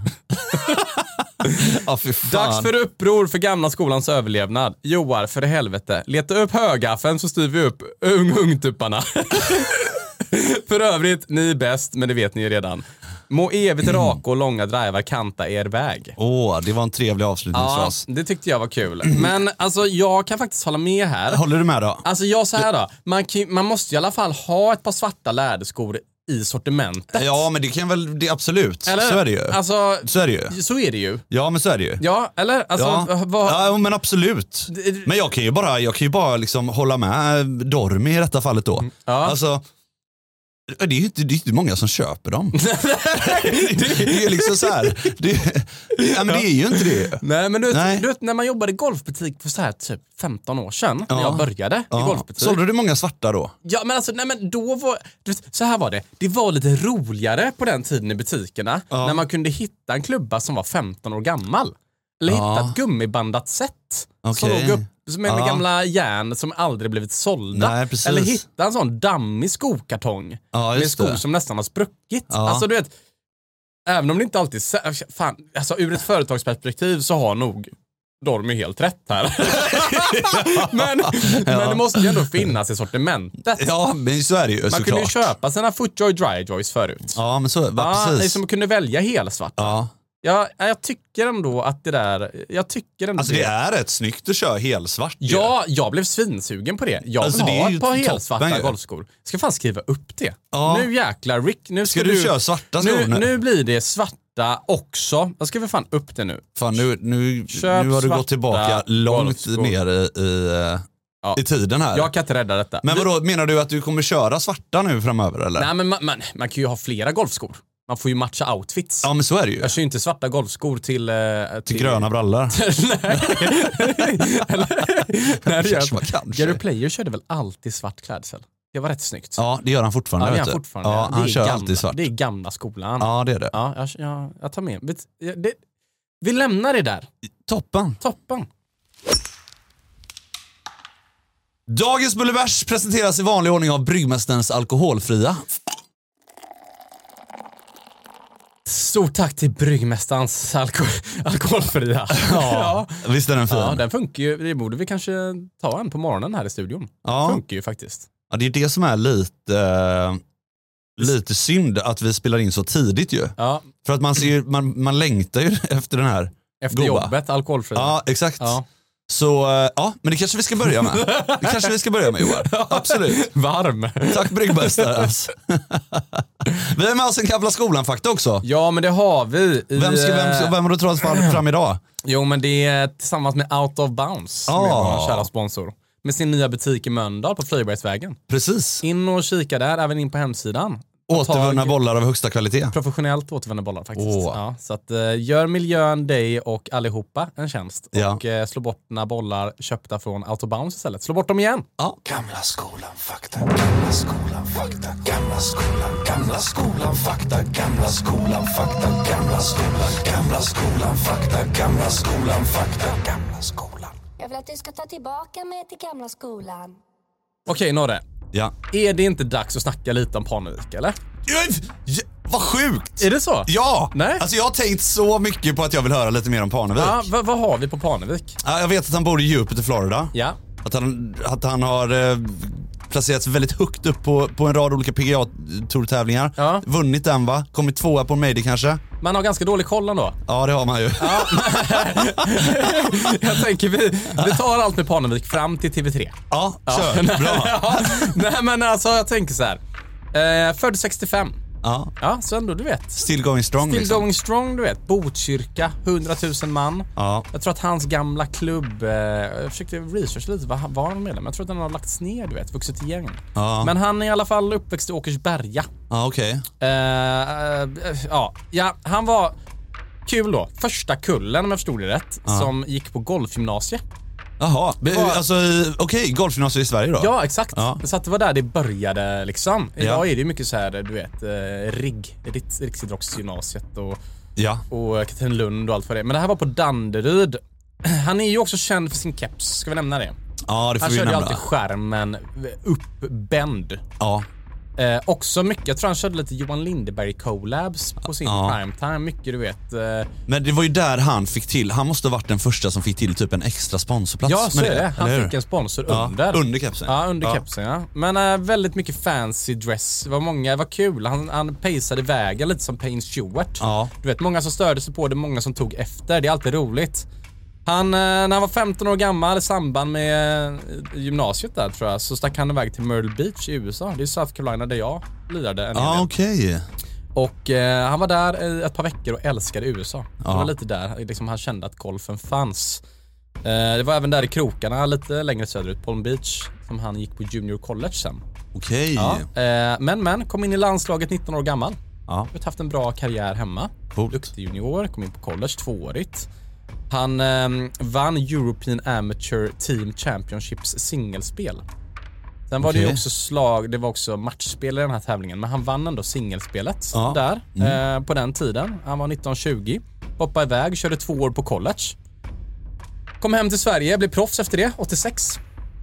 Speaker 2: Ja, fy fan.
Speaker 1: Dags för uppror för gamla skolans överlevnad. Joar, för i helvete. Leta upp högaffeln så styr vi upp ung ungtupparna. för övrigt, ni är bäst, men det vet ni ju redan. Må evigt raka och långa drivar kanta er väg.
Speaker 2: Åh, det var en trevlig
Speaker 1: Ja,
Speaker 2: avslutningsfras.
Speaker 1: det tyckte jag var kul. Men alltså, jag kan faktiskt hålla med här.
Speaker 2: Håller du med då?
Speaker 1: Alltså jag så här då, man, kan, ju- man måste i alla fall ha ett par svarta läderskor i sortimentet.
Speaker 2: Ja, men det kan väl, det, absolut.
Speaker 1: Eller?
Speaker 2: Så är det ju.
Speaker 1: Alltså,
Speaker 2: Så är det ju.
Speaker 1: så är det ju.
Speaker 2: Ja, men så är det ju.
Speaker 1: Ja, eller? Alltså,
Speaker 2: ja.
Speaker 1: vad,
Speaker 2: ja, men absolut.
Speaker 1: Det-
Speaker 2: Men jag kan ju bara, jag kan ju bara liksom hålla med Dormi i detta fallet då.
Speaker 1: Mm, ja.
Speaker 2: Alltså, det är ju inte, det är inte många som köper dem. det är ju liksom så här. Det, ja, men det är ju inte det.
Speaker 1: Nej men du,
Speaker 2: Nej.
Speaker 1: vet- du vet när man jobbade i golfbutik för så här typ 15 år sedan
Speaker 2: Ja.
Speaker 1: när jag började i
Speaker 2: Ja.
Speaker 1: golfbutik.
Speaker 2: Sålde du många svarta då?
Speaker 1: Ja men alltså nej men då var, du vet, så här var det, det var lite roligare på den tiden i butikerna när man kunde hitta en klubba som var 15 år gammal. Eller
Speaker 2: Ja.
Speaker 1: hitta ett gummibandat set som
Speaker 2: Okej.
Speaker 1: låg upp som är med
Speaker 2: Ja.
Speaker 1: gamla järn som aldrig blivit sålda.
Speaker 2: Nej, precis.
Speaker 1: Eller hitta en sån dammig skokartong
Speaker 2: Ja,
Speaker 1: med
Speaker 2: just
Speaker 1: skor
Speaker 2: det.
Speaker 1: som nästan har spruckit.
Speaker 2: Ja.
Speaker 1: Alltså du vet, även om det inte alltid... sä- Fan, alltså ur ett företagsperspektiv så har nog Dormy helt rätt här. men, men det måste ju ändå finnas i sortimentet.
Speaker 2: Ja, men så är det ju
Speaker 1: Man kunde ju
Speaker 2: såklart.
Speaker 1: köpa sina Footjoy Dryjoys förut.
Speaker 2: Ja, men så,
Speaker 1: Ja,
Speaker 2: ja, precis.
Speaker 1: liksom kunde välja helsvart.
Speaker 2: Ja.
Speaker 1: Ja, jag tycker ändå att det där... Jag tycker ändå
Speaker 2: Alltså det är rätt snyggt att köra helsvart. ju.
Speaker 1: Ja, jag blev svinsugen på det. Jag
Speaker 2: Alltså,
Speaker 1: vill
Speaker 2: det
Speaker 1: ha
Speaker 2: är ju
Speaker 1: ett par
Speaker 2: toppen
Speaker 1: helsvarta
Speaker 2: ju.
Speaker 1: golfskor. Ska fan skriva upp det.
Speaker 2: Ja.
Speaker 1: Nu jäklar Rick, nu ska,
Speaker 2: Ska du köra svarta skor
Speaker 1: nu,
Speaker 2: nu?
Speaker 1: nu blir det svarta också. Jag skriver fan upp det nu.
Speaker 2: Fan, nu, nu,
Speaker 1: Köp
Speaker 2: nu har du
Speaker 1: svarta
Speaker 2: gått tillbaka långt
Speaker 1: golfskor.
Speaker 2: ner i, i, eh,
Speaker 1: Ja.
Speaker 2: i tiden här.
Speaker 1: Jag kan inte rädda detta.
Speaker 2: Men
Speaker 1: Du-
Speaker 2: vadå, menar du att du kommer köra svarta nu framöver eller?
Speaker 1: Nej, men man, man, man kan ju ha flera golfskor. Man får ju matcha outfits.
Speaker 2: Ja men så är det ju.
Speaker 1: Jag kör ju inte svarta golfskor till... eh, till,
Speaker 2: Till gröna brallor.
Speaker 1: Nej. Eller, nej, det gör jag
Speaker 2: Kanske,
Speaker 1: inte.
Speaker 2: kanske.
Speaker 1: Gary Player körde väl alltid svart klädsel? Det var rätt snyggt.
Speaker 2: Ja det gör han
Speaker 1: Ja,
Speaker 2: fortfarande.
Speaker 1: det är
Speaker 2: vet
Speaker 1: han
Speaker 2: du.
Speaker 1: fortfarande.
Speaker 2: Ja,
Speaker 1: Det
Speaker 2: han
Speaker 1: är
Speaker 2: kör
Speaker 1: gamla,
Speaker 2: alltid svart.
Speaker 1: Det är gamla skolan.
Speaker 2: Ja det är det.
Speaker 1: Ja, jag, jag, jag tar med. Vet, jag- det, vi lämnar det där.
Speaker 2: Toppen.
Speaker 1: Toppen.
Speaker 2: Dagens Bullybärs presenteras i vanlig ordning av Bryggmästarens Alkoholfria.
Speaker 1: Stort tack till Bryggmästarens alko alkoholfria. Ja.
Speaker 2: Visst är den fin?
Speaker 1: ja,
Speaker 2: Ja,
Speaker 1: den funkar ju. Det borde vi kanske ta en på morgonen här i studion.
Speaker 2: ja.
Speaker 1: Funkar ju faktiskt.
Speaker 2: det är det som är lite, eh, lite synd att vi spelar in så tidigt ju.
Speaker 1: Ja,
Speaker 2: För att man, ser ju, man, man längtar ju efter den här.
Speaker 1: efter
Speaker 2: Goda.
Speaker 1: jobbet, alkoholfria.
Speaker 2: Ja exakt.
Speaker 1: Ja.
Speaker 2: Så eh, ja, men det kanske vi ska börja med. Det kanske vi ska börja med Johan. Absolut.
Speaker 1: Varm.
Speaker 2: Tack bryggmästare. Alltså. Vi har med oss en Gamla skolan-fakta också.
Speaker 1: Ja, men det har vi. I,
Speaker 2: Vem, ska, vem,
Speaker 1: eh,
Speaker 2: vem har du tagit fram, fram idag?
Speaker 1: Jo, men det är tillsammans med Out of Bounds, som är
Speaker 2: Ah.
Speaker 1: vår kära sponsor. Med sin nya butik i Mölndal på Flöjbergsvägen.
Speaker 2: Precis.
Speaker 1: In och kika där, även in på hemsidan.
Speaker 2: Återvunna
Speaker 1: tag-
Speaker 2: bollar av högsta kvalitet.
Speaker 1: Professionellt återvända bollar faktiskt.
Speaker 2: Åh.
Speaker 1: Ja, så att, eh, gör miljön, dig och allihopa en tjänst.
Speaker 2: Ja.
Speaker 1: Och eh, slå bort dina bollar köpta från Out of Bounds istället. Slå bort dem igen.
Speaker 2: Ja.
Speaker 5: Gamla skolan fakta, gamla skolan fakta, gamla skolan, gamla skolan fakta, gamla skolan fakta, gamla skolan, gamla skolan fakta, gamla skolan fakta, gamla skolan.
Speaker 6: Jag vill att du ska ta tillbaka mig till gamla skolan.
Speaker 1: Okej Norre,
Speaker 2: ja.
Speaker 1: är det inte dags att snacka lite om Parnevik eller?
Speaker 2: Ja, Vad sjukt!
Speaker 1: Är det så?
Speaker 2: Ja!
Speaker 1: Nej.
Speaker 2: Alltså jag har tänkt så mycket på att jag vill höra lite mer om Parnevik.
Speaker 1: Ja, vad- vad har vi på Parnevik?
Speaker 2: Ja, Jag vet att han bor i djupet i Florida.
Speaker 1: Ja.
Speaker 2: Att, han, att han har eh, placerats väldigt högt upp på, på en rad olika PGA-tourtävlingar.
Speaker 1: Ja.
Speaker 2: Vunnit den va? Kommit tvåa på en Major kanske?
Speaker 1: Man har ganska dålig koll ändå.
Speaker 2: Ja det har man ju.
Speaker 1: Jag tänker vi, vi tar allt med Parnevik fram till TV3.
Speaker 2: Ja, kör. Bra.
Speaker 1: Ja, nej men alltså jag tänker så här. Eh, född 65.
Speaker 2: Ja.
Speaker 1: Ja, så ändå du vet.
Speaker 2: Still going strong
Speaker 1: Still
Speaker 2: liksom.
Speaker 1: going strong, du vet. Botkyrka, 100 000 man.
Speaker 2: Ja.
Speaker 1: Jag tror att hans gamla klubb, eh, jag försökte researcha lite vad han- var han medlem. Jag tror att den har lagts ner, du vet, vuxit igen.
Speaker 2: Ja.
Speaker 1: Men han är i alla fall uppväxt i Åkersberga.
Speaker 2: Ja, okej.
Speaker 1: Eh, eh, ja. ja, han var kul då. Första kullen, om jag förstod det rätt, som gick på golfgymnasiet.
Speaker 2: Jaha, men, alltså eh, okej, golfgymnasium i Sverige då?
Speaker 1: Ja, exakt.
Speaker 2: Ja.
Speaker 1: Så att det var där det började liksom. Idag
Speaker 2: Ja.
Speaker 1: är det ju mycket så här, du vet, eh, RIG, Riks- Riksidrottsgymnasiet och,
Speaker 2: Ja.
Speaker 1: och Katrinlund och allt vad det är. Men det här var på Danderyd. Han är ju också känd för sin keps, ska vi nämna det?
Speaker 2: ja, det får
Speaker 1: Han
Speaker 2: vi
Speaker 1: körde ju
Speaker 2: nämna.
Speaker 1: alltid skärmen eh, uppbänd.
Speaker 2: Ja.
Speaker 1: Eh, också mycket, jag tror han körde lite Johan Lindeberg collabs på sin
Speaker 2: Ja.
Speaker 1: primetime. Mycket du vet. Eh,
Speaker 2: Men det var ju där han fick till, han måste ha varit den första som fick till typ en extra sponsorplats.
Speaker 1: ja, så
Speaker 2: med
Speaker 1: är det.
Speaker 2: eller
Speaker 1: Han
Speaker 2: hur?
Speaker 1: fick en sponsor
Speaker 2: Ja,
Speaker 1: under.
Speaker 2: under kepsen.
Speaker 1: Ja, under
Speaker 2: Ja.
Speaker 1: kepsen ja. Men eh, väldigt mycket fancy dress. Det var många, det var kul. Han, han paceade vägen lite som Payne Stewart.
Speaker 2: Ja.
Speaker 1: Du vet, många som störde sig på det, många som tog efter. Det är alltid roligt. Han, eh, när han var 15 år gammal i samband med eh, gymnasiet där tror jag, så stack han iväg till Myrtle Beach i USA. Det är South Carolina där jag lirade en hel
Speaker 2: Ja,
Speaker 1: del.
Speaker 2: okej.
Speaker 1: Och eh, han var där i ett par veckor och älskade USA. Det
Speaker 2: Ja.
Speaker 1: var lite där liksom, han kände att golfen fanns. Eh, det var även där i krokarna lite längre söderut, Palm Beach, som han gick på junior college sen.
Speaker 2: Okej.
Speaker 1: Ja. Eh, men men, kom in i landslaget 19 år gammal.
Speaker 2: Ja.
Speaker 1: Har haft en bra karriär hemma.
Speaker 2: Coolt.
Speaker 1: Duktig junior, kom in på college tvåårigt. Han eh, vann European Amateur Team Championships singelspel. Sen var det ju
Speaker 2: Okej.
Speaker 1: också slag, det var också matchspel i den här tävlingen, men han vann ändå singelspelet
Speaker 2: Ja. Mm.
Speaker 1: där eh, på den tiden. Han var 19-20, hoppade iväg, körde två år på college. Kom hem till Sverige, blev proffs efter det, 86.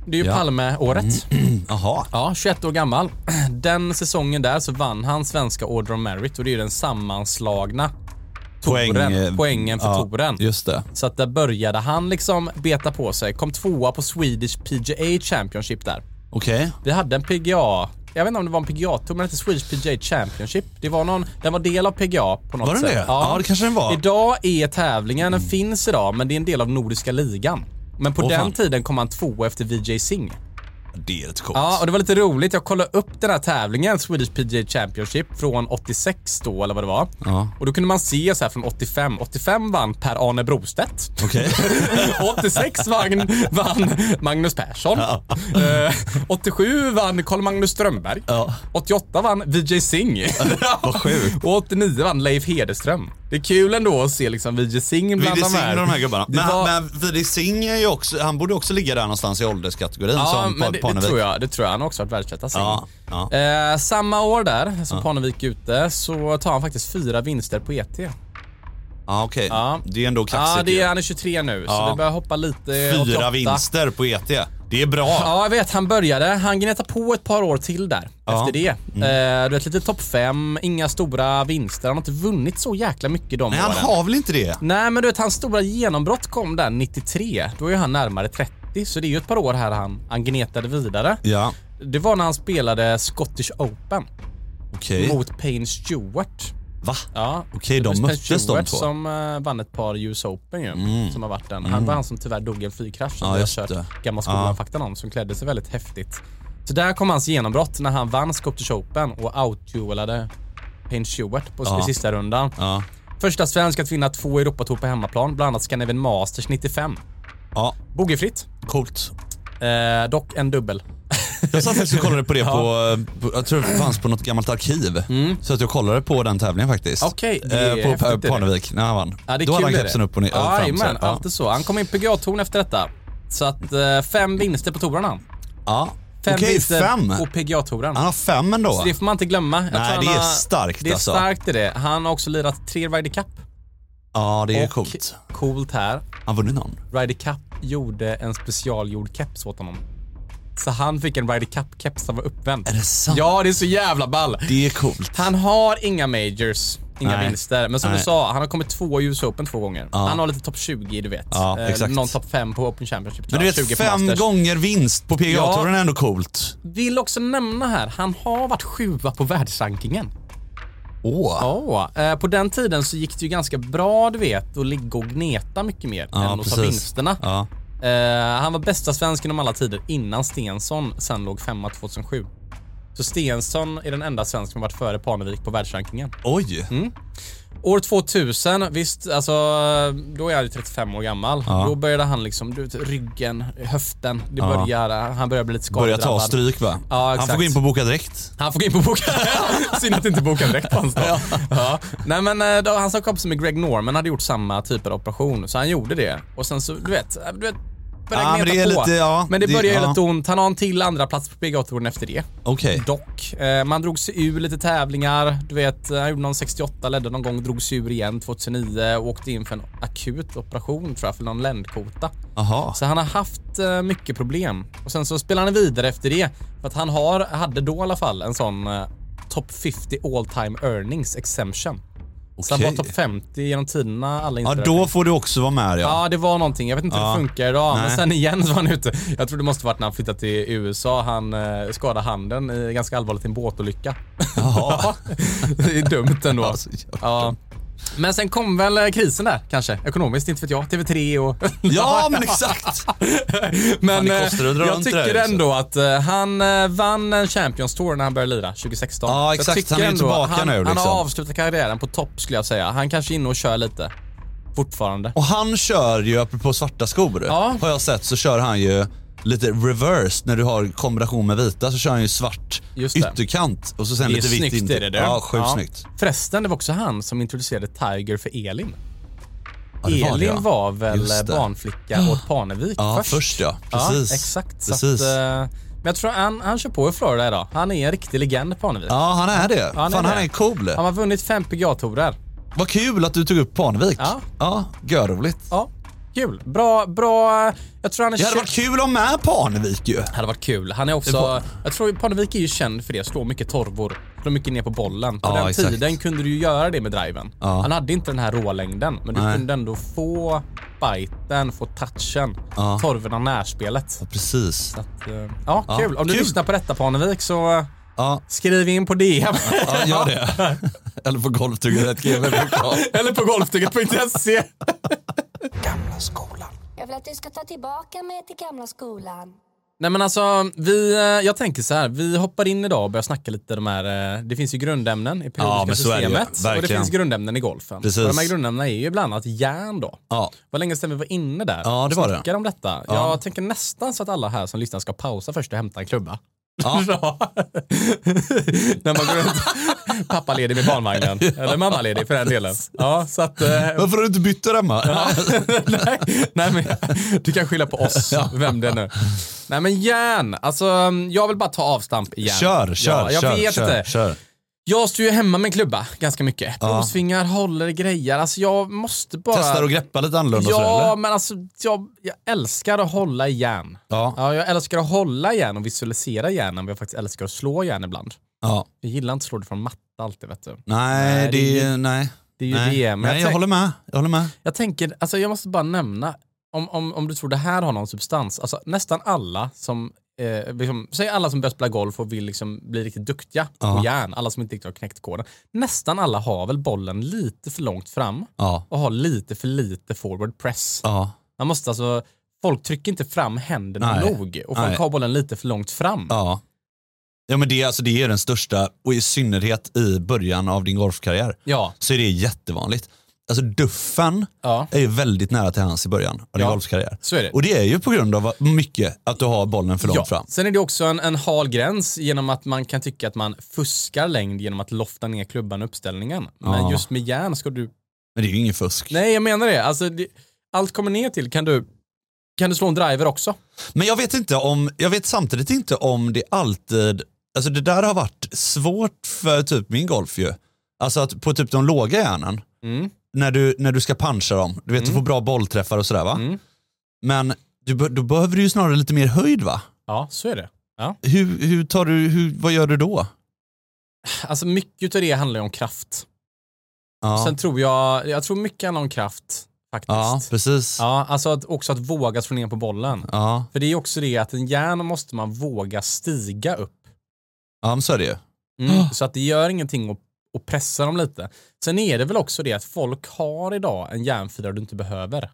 Speaker 1: Det är ju
Speaker 2: Ja. Mm.
Speaker 1: Palmeåret.
Speaker 2: Jaha.
Speaker 1: Ja, 21 år gammal. Den säsongen där så vann han svenska Order of Merit och det är ju den sammanslagna
Speaker 2: Poäng,
Speaker 1: touren,
Speaker 2: eh,
Speaker 1: poängen för
Speaker 2: ja,
Speaker 1: touren.
Speaker 2: Just det.
Speaker 1: Så att där började han liksom beta på sig. Kom tvåa på Swedish PGA Championship där.
Speaker 2: Okej.
Speaker 1: Vi hade en PGA, jag vet inte om det var en PGA-tour, men inte Swedish PGA Championship. Det var någon, den var del av PGA på något
Speaker 2: Var den
Speaker 1: sätt.
Speaker 2: det? Ja, det kanske den var. Mm.
Speaker 1: Idag är tävlingen, den finns idag, men det är en del av Nordiska ligan. Men på
Speaker 2: Åh,
Speaker 1: den
Speaker 2: fan.
Speaker 1: tiden kom han tvåa efter Vijay Singh.
Speaker 2: Det är rätt coolt.
Speaker 1: Ja, och det var lite roligt. Jag kollade upp den här tävlingen, Swedish PGA Championship, från 86 då, eller vad det var.
Speaker 2: Ja.
Speaker 1: Och då kunde man se så här från 85. 85 vann Per-Arne Brostedt.
Speaker 2: Okej.
Speaker 1: 86 vann, vann Magnus Persson. Eh, 87 vann Carl-Magnus Strömberg.
Speaker 2: Ja.
Speaker 1: 88 vann Vijay Singh.
Speaker 2: Vad sjukt.
Speaker 1: Och 89 vann Leif Hederström. Det är kul ändå att se liksom Vijay Singh bland
Speaker 2: Vidi
Speaker 1: de
Speaker 2: Singh
Speaker 1: här.
Speaker 2: och de här gubbarna.
Speaker 1: Det
Speaker 2: Men,
Speaker 1: var-
Speaker 2: men Vidi Singh är ju också, han borde också ligga där någonstans i ålderskategorin
Speaker 1: Ja,
Speaker 2: som
Speaker 1: men det, det,
Speaker 2: Parnevik.
Speaker 1: tror jag, det tror jag. Han har också varit världsetta sen.
Speaker 2: Ja, ja.
Speaker 1: Eh, samma år där, som Parnevik är ute, så tar han faktiskt fyra vinster på ET.
Speaker 2: Ja, okej.
Speaker 1: Ja.
Speaker 2: Det är ändå
Speaker 1: Ja,
Speaker 2: kaxigt.
Speaker 1: det är,
Speaker 2: ju.
Speaker 1: han är 23 nu, så
Speaker 2: Ja.
Speaker 1: det börjar hoppa lite åt
Speaker 2: Fyra
Speaker 1: åtta.
Speaker 2: vinster på ET. Det är bra.
Speaker 1: Ja, jag vet. Han började. Han gnetade på ett par år till där
Speaker 2: Ja. Mm.
Speaker 1: efter det. Eh, du vet, lite topp fem, inga stora vinster. Han har inte vunnit så jäkla mycket de
Speaker 2: Nej,
Speaker 1: åren.
Speaker 2: han har väl inte det?
Speaker 1: Nej, men du vet, hans stora genombrott kom där 93. Då är han närmare 30, så det är ju ett par år här han, han gnetade vidare.
Speaker 2: Ja,
Speaker 1: Det var när han spelade Scottish Open.
Speaker 2: okej.
Speaker 1: mot Payne Stewart.
Speaker 2: Va?
Speaker 1: Ja.
Speaker 2: Okej, de
Speaker 1: Payne
Speaker 2: möttes de
Speaker 1: Stewart
Speaker 2: två. Mm.
Speaker 1: som eh, vann ett par US Open ju, som har varit den. Han var han som tyvärr dog i en flygkrasch som
Speaker 2: Ja,
Speaker 1: vi har
Speaker 2: just
Speaker 1: kört
Speaker 2: det.
Speaker 1: gamla skolan-faktan om, som klädde sig väldigt häftigt. Så där kom hans genombrott när han vann Scottish Open och outduelade Payne Stewart på
Speaker 2: Ja.
Speaker 1: sista rundan.
Speaker 2: Ja.
Speaker 1: Första svensk att vinna två Europatour på hemmaplan, bland annat Scandinavian Masters 95.
Speaker 2: Ja,
Speaker 1: Bogeyfritt,
Speaker 2: coolt.
Speaker 1: eh, dock en dubbel.
Speaker 2: Jag satt faktiskt och kollade på det på, på, jag tror det fanns på något gammalt arkiv. Så att jag kollade på den tävlingen faktiskt.
Speaker 1: Mm. Okej, det är
Speaker 2: eh, på
Speaker 1: häftigt, är det.
Speaker 2: Per- Parnevik när han vann.
Speaker 1: Ja, det är
Speaker 2: Då
Speaker 1: kul
Speaker 2: hade han
Speaker 1: är
Speaker 2: kepsen
Speaker 1: det.
Speaker 2: upp och ner.
Speaker 1: Ja,
Speaker 2: fram, så här.
Speaker 1: jajamän,
Speaker 2: ja.
Speaker 1: alltid så. Han kom in på PGA-torn efter detta. Så att eh, fem vinster på touren han.
Speaker 2: ja.
Speaker 1: Fem
Speaker 2: Okej,
Speaker 1: vinster
Speaker 2: fem.
Speaker 1: på PGA-touren.
Speaker 2: Han har fem ändå.
Speaker 1: Så det får man inte glömma. Jag tror han
Speaker 2: det är
Speaker 1: har-
Speaker 2: starkt,
Speaker 1: Det är
Speaker 2: alltså.
Speaker 1: starkt i det. Han har också lirat tre Ryder Cup.
Speaker 2: Ja, det är
Speaker 1: Och
Speaker 2: coolt.
Speaker 1: coolt här,
Speaker 2: Han vunnit någon.
Speaker 1: Ryder Cup gjorde en specialgjord keps åt honom. Så han fick en Ryder Cup-keps som var uppvänd.
Speaker 2: Är det sant?
Speaker 1: Ja, det är så jävla ball.
Speaker 2: Det är coolt.
Speaker 1: Han har inga majors, inga
Speaker 2: Nej.
Speaker 1: vinster. Men som
Speaker 2: Nej.
Speaker 1: du sa, han har kommit två i US Open två gånger. Han har lite topp 20, du vet.
Speaker 2: Ja,
Speaker 1: Eh,
Speaker 2: exakt.
Speaker 1: Någon topp 5 på Open Championship.
Speaker 2: Men du
Speaker 1: tror jag,
Speaker 2: vet,
Speaker 1: 20 på
Speaker 2: fem
Speaker 1: Masters.
Speaker 2: gånger vinst på PGA-touren
Speaker 1: Ja.
Speaker 2: är ändå coolt.
Speaker 1: Vill också nämna här, han har varit sjua på världsrankingen.
Speaker 2: Åh.
Speaker 1: Ja, eh, på den tiden så gick det ju ganska bra du vet att ligga och gneta mycket mer än att ta vinsterna.
Speaker 2: Ja.
Speaker 1: Eh, han var bästa svensken om alla tider innan Stensson sen låg femma 2007. Så Stensson är den enda svensken som varit före Parnevik på världsrankingen.
Speaker 2: Oj.
Speaker 1: Mm. År 2000, visst, alltså, då är han ju 35 år gammal. Då började han liksom, du vet, ryggen, höften. Det börjar, han börjar bli lite
Speaker 2: Börjar
Speaker 1: skadedrabbad.
Speaker 2: ta stryk va?
Speaker 1: Ja,
Speaker 2: han
Speaker 1: exakt.
Speaker 2: får gå in på Boka Direkt.
Speaker 1: Han får gå in på boken. Synd att inte boken direkt fanns då. Ja. Nej men eh, då, hans kompis med Greg Norman hade gjort samma typ av operation, så han gjorde det. Och sen så, du vet, eh, du vet släpper Agneta
Speaker 2: men det är
Speaker 1: på.
Speaker 2: lite- ja,
Speaker 1: men det,
Speaker 2: det-
Speaker 1: börjar
Speaker 2: ja.
Speaker 1: göra lite ont. Han har en till andra plats på PGA-touren efter det.
Speaker 2: Okej.
Speaker 1: Dock. Eh, man drog sig ur lite tävlingar. Du vet, eh, han gjorde någon 68, ledde någon gång, drog sig ur igen 2009 och åkte in för en akut operation tror jag, för någon ländkota.
Speaker 2: Jaha.
Speaker 1: Så han har haft eh, mycket problem. Och sen så spelar han vidare efter det. För att han har, hade då i alla fall en sån eh, top 50 all time earnings exemption. Så han
Speaker 2: Okej.
Speaker 1: var topp 50 genom tiderna alla
Speaker 2: Ja,
Speaker 1: inställningar.
Speaker 2: då får du också vara med ja.
Speaker 1: Ja, det var någonting. Jag vet inte hur
Speaker 2: Ja.
Speaker 1: det funkar idag.
Speaker 2: Nej.
Speaker 1: Men sen igen så var han ute. Jag tror det måste varit när han flyttade till USA. Han eh, skadade handen i ganska allvarligt i en båtolycka.
Speaker 2: Jaha.
Speaker 1: det är dumt ändå.
Speaker 2: Ja, så jävla
Speaker 1: ja. Men sen kom väl eh, krisen där kanske. Ekonomiskt, inte vet jag. TV3 och...
Speaker 2: Ja, men exakt.
Speaker 1: Men
Speaker 2: det
Speaker 1: eh,
Speaker 2: kostar att dra
Speaker 1: jag
Speaker 2: runt det där
Speaker 1: tycker
Speaker 2: huset.
Speaker 1: ändå att eh, han eh, vann en Champions Tour när han började lira 2016.
Speaker 2: Ja,
Speaker 1: Så jag
Speaker 2: exakt.
Speaker 1: tycker
Speaker 2: Han är ju
Speaker 1: ändå
Speaker 2: tillbaka
Speaker 1: han,
Speaker 2: nu,
Speaker 1: Han
Speaker 2: liksom.
Speaker 1: har avslutat karriären på topp skulle jag säga. Han kanske är inne och kör lite. Fortfarande.
Speaker 2: Och han kör ju, apropå svarta skor,
Speaker 1: Ja.
Speaker 2: har jag sett, så kör han ju lite reverse när du har kombination med vita så kör han ju svart
Speaker 1: Just det.
Speaker 2: ytterkant och så sen
Speaker 1: Det är
Speaker 2: lite vitt
Speaker 1: snyggt
Speaker 2: in.
Speaker 1: är det du.
Speaker 2: Ja, sjukt snyggt.
Speaker 1: Förresten, det var också han som introducerade Tiger för Elin.
Speaker 2: Ja, det var det,
Speaker 1: Elin
Speaker 2: ja.
Speaker 1: var väl
Speaker 2: Just det.
Speaker 1: barnflicka åt Parnevik
Speaker 2: Ja,
Speaker 1: först?
Speaker 2: först ja. Precis.
Speaker 1: Ja, exakt.
Speaker 2: Precis.
Speaker 1: Så att, eh, men jag tror han, han kör på i Florida idag. Han är en riktig legend Parnevik.
Speaker 2: Ja, han är det.
Speaker 1: han är
Speaker 2: Fan, han
Speaker 1: det.
Speaker 2: är cool.
Speaker 1: Han har vunnit fem PGA-tourer.
Speaker 2: Vad kul att du tog upp Parnevik.
Speaker 1: Ja.
Speaker 2: ja görroligt.
Speaker 1: Ja, kul. Bra, bra. eh, Jag tror han är
Speaker 2: Det hade
Speaker 1: känd-
Speaker 2: varit kul att ha med Parnevik ju.
Speaker 1: hade varit kul. Han är
Speaker 2: Det
Speaker 1: också,
Speaker 2: var-
Speaker 1: jag tror Parnevik är ju känd för det, slår mycket torvor. Slår mycket ner på bollen. På
Speaker 2: Ja,
Speaker 1: den
Speaker 2: exakt.
Speaker 1: tiden kunde du ju göra det med driven.
Speaker 2: Ja.
Speaker 1: Han hade inte den här rålängden, men du
Speaker 2: Nej.
Speaker 1: kunde ändå få biten, få touchen,
Speaker 2: Ja.
Speaker 1: torven av närspelet.
Speaker 2: Precis.
Speaker 1: Att, eh, ja,
Speaker 2: Ja,
Speaker 1: kul. Om du
Speaker 2: kul.
Speaker 1: lyssnar på detta Parnevik så
Speaker 2: Ja,
Speaker 1: skriv in på DM.
Speaker 2: ja gör det. Eller på golvtugget.gv.com.
Speaker 1: Eller på golftugget.se.
Speaker 5: Gamla skolan.
Speaker 6: Jag vill att du ska ta tillbaka mig till gamla skolan.
Speaker 1: Nej men alltså, vi, eh, jag tänker så här, vi hoppar in idag och börjar snacka lite de här, eh, det finns ju grundämnen i periodiska
Speaker 2: Ja, men så är det ju.
Speaker 1: systemet och det
Speaker 2: Verkligen.
Speaker 1: finns grundämnen i golfen.
Speaker 2: Precis.
Speaker 1: Och de här grundämnena är ju bland annat järn då.
Speaker 2: Ja.
Speaker 1: Vad länge sedan vi var inne där
Speaker 2: Ja, det
Speaker 1: och
Speaker 2: var det.
Speaker 1: snackade om detta. Jag tänker nästan så att alla här som lyssnar ska pausa först och hämta en klubba.
Speaker 2: Ja.
Speaker 1: När man går runt pappaledig med barnvagnen, eller mammaledig för den delen. Ja, så att, eh,
Speaker 2: Varför har du inte bytt där hemma?
Speaker 1: nej, nej, men du kan skylla på oss, vem det nu. Nej men järn, alltså jag vill bara ta avstamp igen.
Speaker 2: Kör, kör,
Speaker 1: ja, jag
Speaker 2: kör,
Speaker 1: vet
Speaker 2: kör,
Speaker 1: inte.
Speaker 2: kör.
Speaker 1: Jag står ju hemma med en klubba ganska mycket. Provsvingar, håller, grejer. Alltså jag måste bara...
Speaker 2: Testar att greppa lite annorlunda och sådär,
Speaker 1: Ja,
Speaker 2: eller?
Speaker 1: men alltså jag, jag älskar att hålla i järn.
Speaker 2: Ja.
Speaker 1: Ja, jag älskar att hålla järn och visualisera järn, men jag faktiskt älskar att slå järn ibland.
Speaker 2: ja.
Speaker 1: Jag gillar inte att slå det från matta alltid, vet du.
Speaker 2: Nej,
Speaker 1: Nej,
Speaker 2: det
Speaker 1: det
Speaker 2: är
Speaker 1: är
Speaker 2: ju... Nej.
Speaker 1: det är ju
Speaker 2: nej.
Speaker 1: det, men
Speaker 2: nej,
Speaker 1: jag
Speaker 2: jag
Speaker 1: tänk-
Speaker 2: håller med. Jag håller med.
Speaker 1: Jag tänker, alltså jag måste bara nämna, om, om, om du tror det här har någon substans, alltså nästan alla som, eh, liksom, säg alla som börjar spela golf och vill liksom bli riktigt duktiga
Speaker 2: Ja.
Speaker 1: på järn, alla som inte riktigt har knäckt koden, nästan alla har väl bollen lite för långt fram
Speaker 2: Ja.
Speaker 1: och har lite för lite forward press.
Speaker 2: Ja.
Speaker 1: Man måste alltså, folk trycker inte fram händerna
Speaker 2: Nej.
Speaker 1: nog och folk
Speaker 2: Nej.
Speaker 1: har bollen lite för långt fram.
Speaker 2: Ja. Ja men det, är alltså, det är den största och i synnerhet i början av din golfkarriär
Speaker 1: Ja,
Speaker 2: så är det jättevanligt. Alltså duffen
Speaker 1: ja,
Speaker 2: är ju väldigt nära till hans i början av din
Speaker 1: Ja.
Speaker 2: golfkarriär.
Speaker 1: så är det.
Speaker 2: Och det är ju på grund av mycket att du har bollen för långt
Speaker 1: Ja.
Speaker 2: fram.
Speaker 1: Sen är det också en, en hal gräns genom att man kan tycka att man fuskar längd genom att lofta ner klubban i uppställningen. Men
Speaker 2: Ja.
Speaker 1: just med järn ska du...
Speaker 2: Men det är ju ingen fusk.
Speaker 1: Nej, jag menar det. Alltså, det allt kommer ner till kan du, kan du slå en driver också.
Speaker 2: Men jag vet inte om, jag vet samtidigt inte om det alltid, alltså det där har varit svårt för typ min golf ju. Alltså att på typ de låga hjärnan,
Speaker 1: Mm.
Speaker 2: när du, när du ska puncha dem, du vet du
Speaker 1: Mm.
Speaker 2: får bra bollträffar och sådär va?
Speaker 1: Mm.
Speaker 2: Men du, be- då behöver du ju snarare lite mer höjd va?
Speaker 1: Ja, så är det.
Speaker 2: Hur, hur tar du, hur, vad gör du då?
Speaker 1: Alltså mycket av det handlar ju om kraft.
Speaker 2: Ja,
Speaker 1: Sen tror jag, jag tror mycket handlar om kraft faktiskt.
Speaker 2: ja precis. Ja.
Speaker 1: Ja, alltså att, också att våga slå ner på bollen.
Speaker 2: Ja.
Speaker 1: För det är också det att en järn måste man våga stiga upp.
Speaker 2: men så är det ju.
Speaker 1: Mm, så att det gör ingenting att, att pressa dem lite. Sen är det väl också det att folk har idag en järnfyra du inte behöver.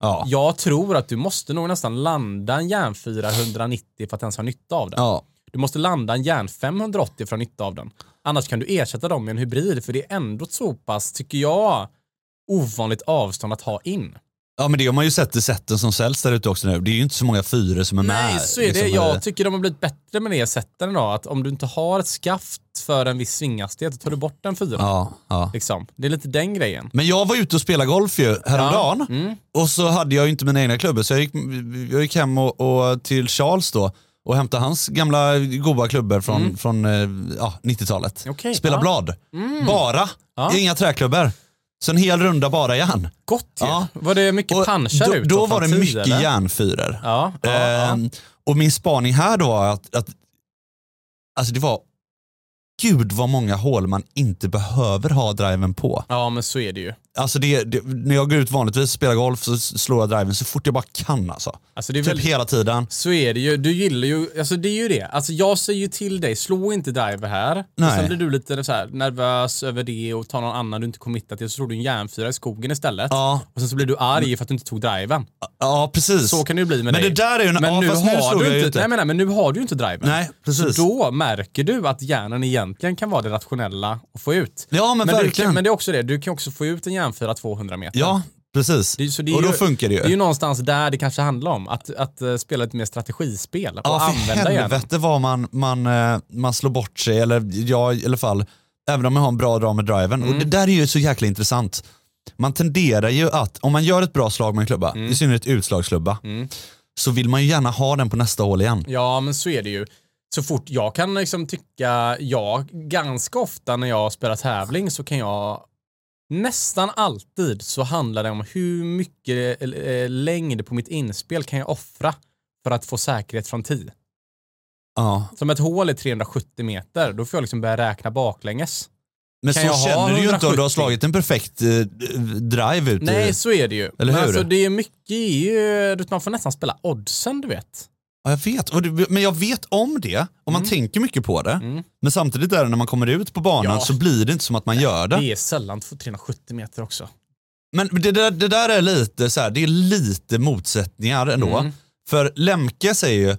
Speaker 2: Ja.
Speaker 1: Jag tror att du måste nog nästan landa en järnfyra 190 för att ens ha nytta av den.
Speaker 2: Ja.
Speaker 1: Du måste landa en järn 580 för att ha nytta av den. Annars kan du ersätta dem med en hybrid för det är ändå ett så pass, tycker jag, ovanligt avstånd att ha in.
Speaker 2: Ja men det har man ju sett i sätten som säljs där ute också nu. Det är ju inte så många fyror som är med.
Speaker 1: Nej, så är det.
Speaker 2: liksom, eh,
Speaker 1: Jag tycker de har blivit bättre med det sätten idag. Att om du inte har ett skaft för en viss svinghastighet, då tar du bort den fyran.
Speaker 2: ja, ja.
Speaker 1: Liksom. Det är lite den grejen.
Speaker 2: Men jag var ute och spelade golf ju häromdagen.
Speaker 1: mm.
Speaker 2: Och så hade jag ju inte mina egna klubbor så jag gick, jag gick hem och, och till Charles då och hämtade hans gamla goa klubbor från, från eh, ja, 90-talet.
Speaker 1: Mm. Okej,
Speaker 2: Spela
Speaker 1: ja. Mm.
Speaker 2: blad. Bara. Inga träklubbor. Så en hel runda bara järn.
Speaker 1: Gott ju.
Speaker 2: Ja.
Speaker 1: Var det mycket
Speaker 2: Och
Speaker 1: punchar
Speaker 2: då,
Speaker 1: utåt?
Speaker 2: då var det
Speaker 1: från tid,
Speaker 2: mycket
Speaker 1: eller?
Speaker 2: järnfyror.
Speaker 1: Ja, ja, ja.
Speaker 2: Ehm, Och min spaning här då var att, att alltså det var Gud vad många hål man inte behöver ha driven på.
Speaker 1: ja, men så är det ju.
Speaker 2: Alltså det, det, när jag går ut vanligtvis och spelar golf så s- slår jag driven så fort jag bara kan alltså.
Speaker 1: Alltså, det är
Speaker 2: Typ
Speaker 1: väldigt-
Speaker 2: hela tiden.
Speaker 1: Så är det ju. Du gillar ju, alltså det är ju det. Alltså jag säger ju till dig, slå inte driver här. Och
Speaker 2: Nej.
Speaker 1: sen blir du lite så här nervös över det och tar någon annan du inte committat till. Så slår du en järnfyra i skogen istället.
Speaker 2: Ja.
Speaker 1: Och sen så blir du arg för att du inte tog driven.
Speaker 2: Ja precis.
Speaker 1: Så kan det ju bli med
Speaker 2: Men
Speaker 1: dig.
Speaker 2: det där är ju en- ja,
Speaker 1: men nu
Speaker 2: fast nu
Speaker 1: har
Speaker 2: slog jag
Speaker 1: du
Speaker 2: ju
Speaker 1: inte,
Speaker 2: inte.
Speaker 1: Nej, men, nej, men nu har du ju inte driven.
Speaker 2: Nej, precis.
Speaker 1: Så då märker du att hjärnan egentligen kan vara det rationella att få ut.
Speaker 2: Ja, men
Speaker 1: du,
Speaker 2: verkligen.
Speaker 1: kan- men det är också det, du kan också få ut en järnfyra 200 meter.
Speaker 2: Ja precis.
Speaker 1: Det, är- så det är
Speaker 2: och då
Speaker 1: ju,
Speaker 2: funkar det ju.
Speaker 1: Det är ju någonstans där det kanske handlar om. Att, att eh, spela lite mer strategispel och
Speaker 2: ja för
Speaker 1: använda hjärnan.
Speaker 2: helvete vad man, man, eh, man slår bort sig, eller jag i alla fall, även om jag har en bra drag med driven.
Speaker 1: Mm.
Speaker 2: Och det där är ju så jäkla intressant. Man tenderar ju att, om man gör ett bra slag med en klubba,
Speaker 1: Mm.
Speaker 2: i synnerhet utslagsklubba, så vill man ju gärna ha den på nästa hål igen.
Speaker 1: Ja, men så är det ju. Så fort jag kan liksom tycka, jag ganska ofta när jag spelar tävling så kan jag nästan alltid så handlar det om hur mycket eh, längd på mitt inspel kan jag offra för att få säkerhet från tid.
Speaker 2: Ja.
Speaker 1: Som ett hål är 370 meter, då får jag liksom börja räkna baklänges.
Speaker 2: Men
Speaker 1: Kan
Speaker 2: så
Speaker 1: jag ha
Speaker 2: känner du ju inte om du har
Speaker 1: 170?
Speaker 2: slagit en perfekt eh, drive ut. i-
Speaker 1: Nej, så är det ju.
Speaker 2: Eller
Speaker 1: men
Speaker 2: hur?
Speaker 1: Alltså, det är mycket, i, eh, du vet, man får nästan spela oddsen du vet.
Speaker 2: Ja, jag vet, och det, men jag vet om det och
Speaker 1: Mm.
Speaker 2: man tänker mycket på det. Men samtidigt är det när man kommer ut på banan
Speaker 1: Ja.
Speaker 2: så blir det inte som att man gör det.
Speaker 1: Det är sällan 370 meter också.
Speaker 2: Men det där, det där är lite så här, det är lite motsättningar ändå.
Speaker 1: Mm.
Speaker 2: För Lemke säger ju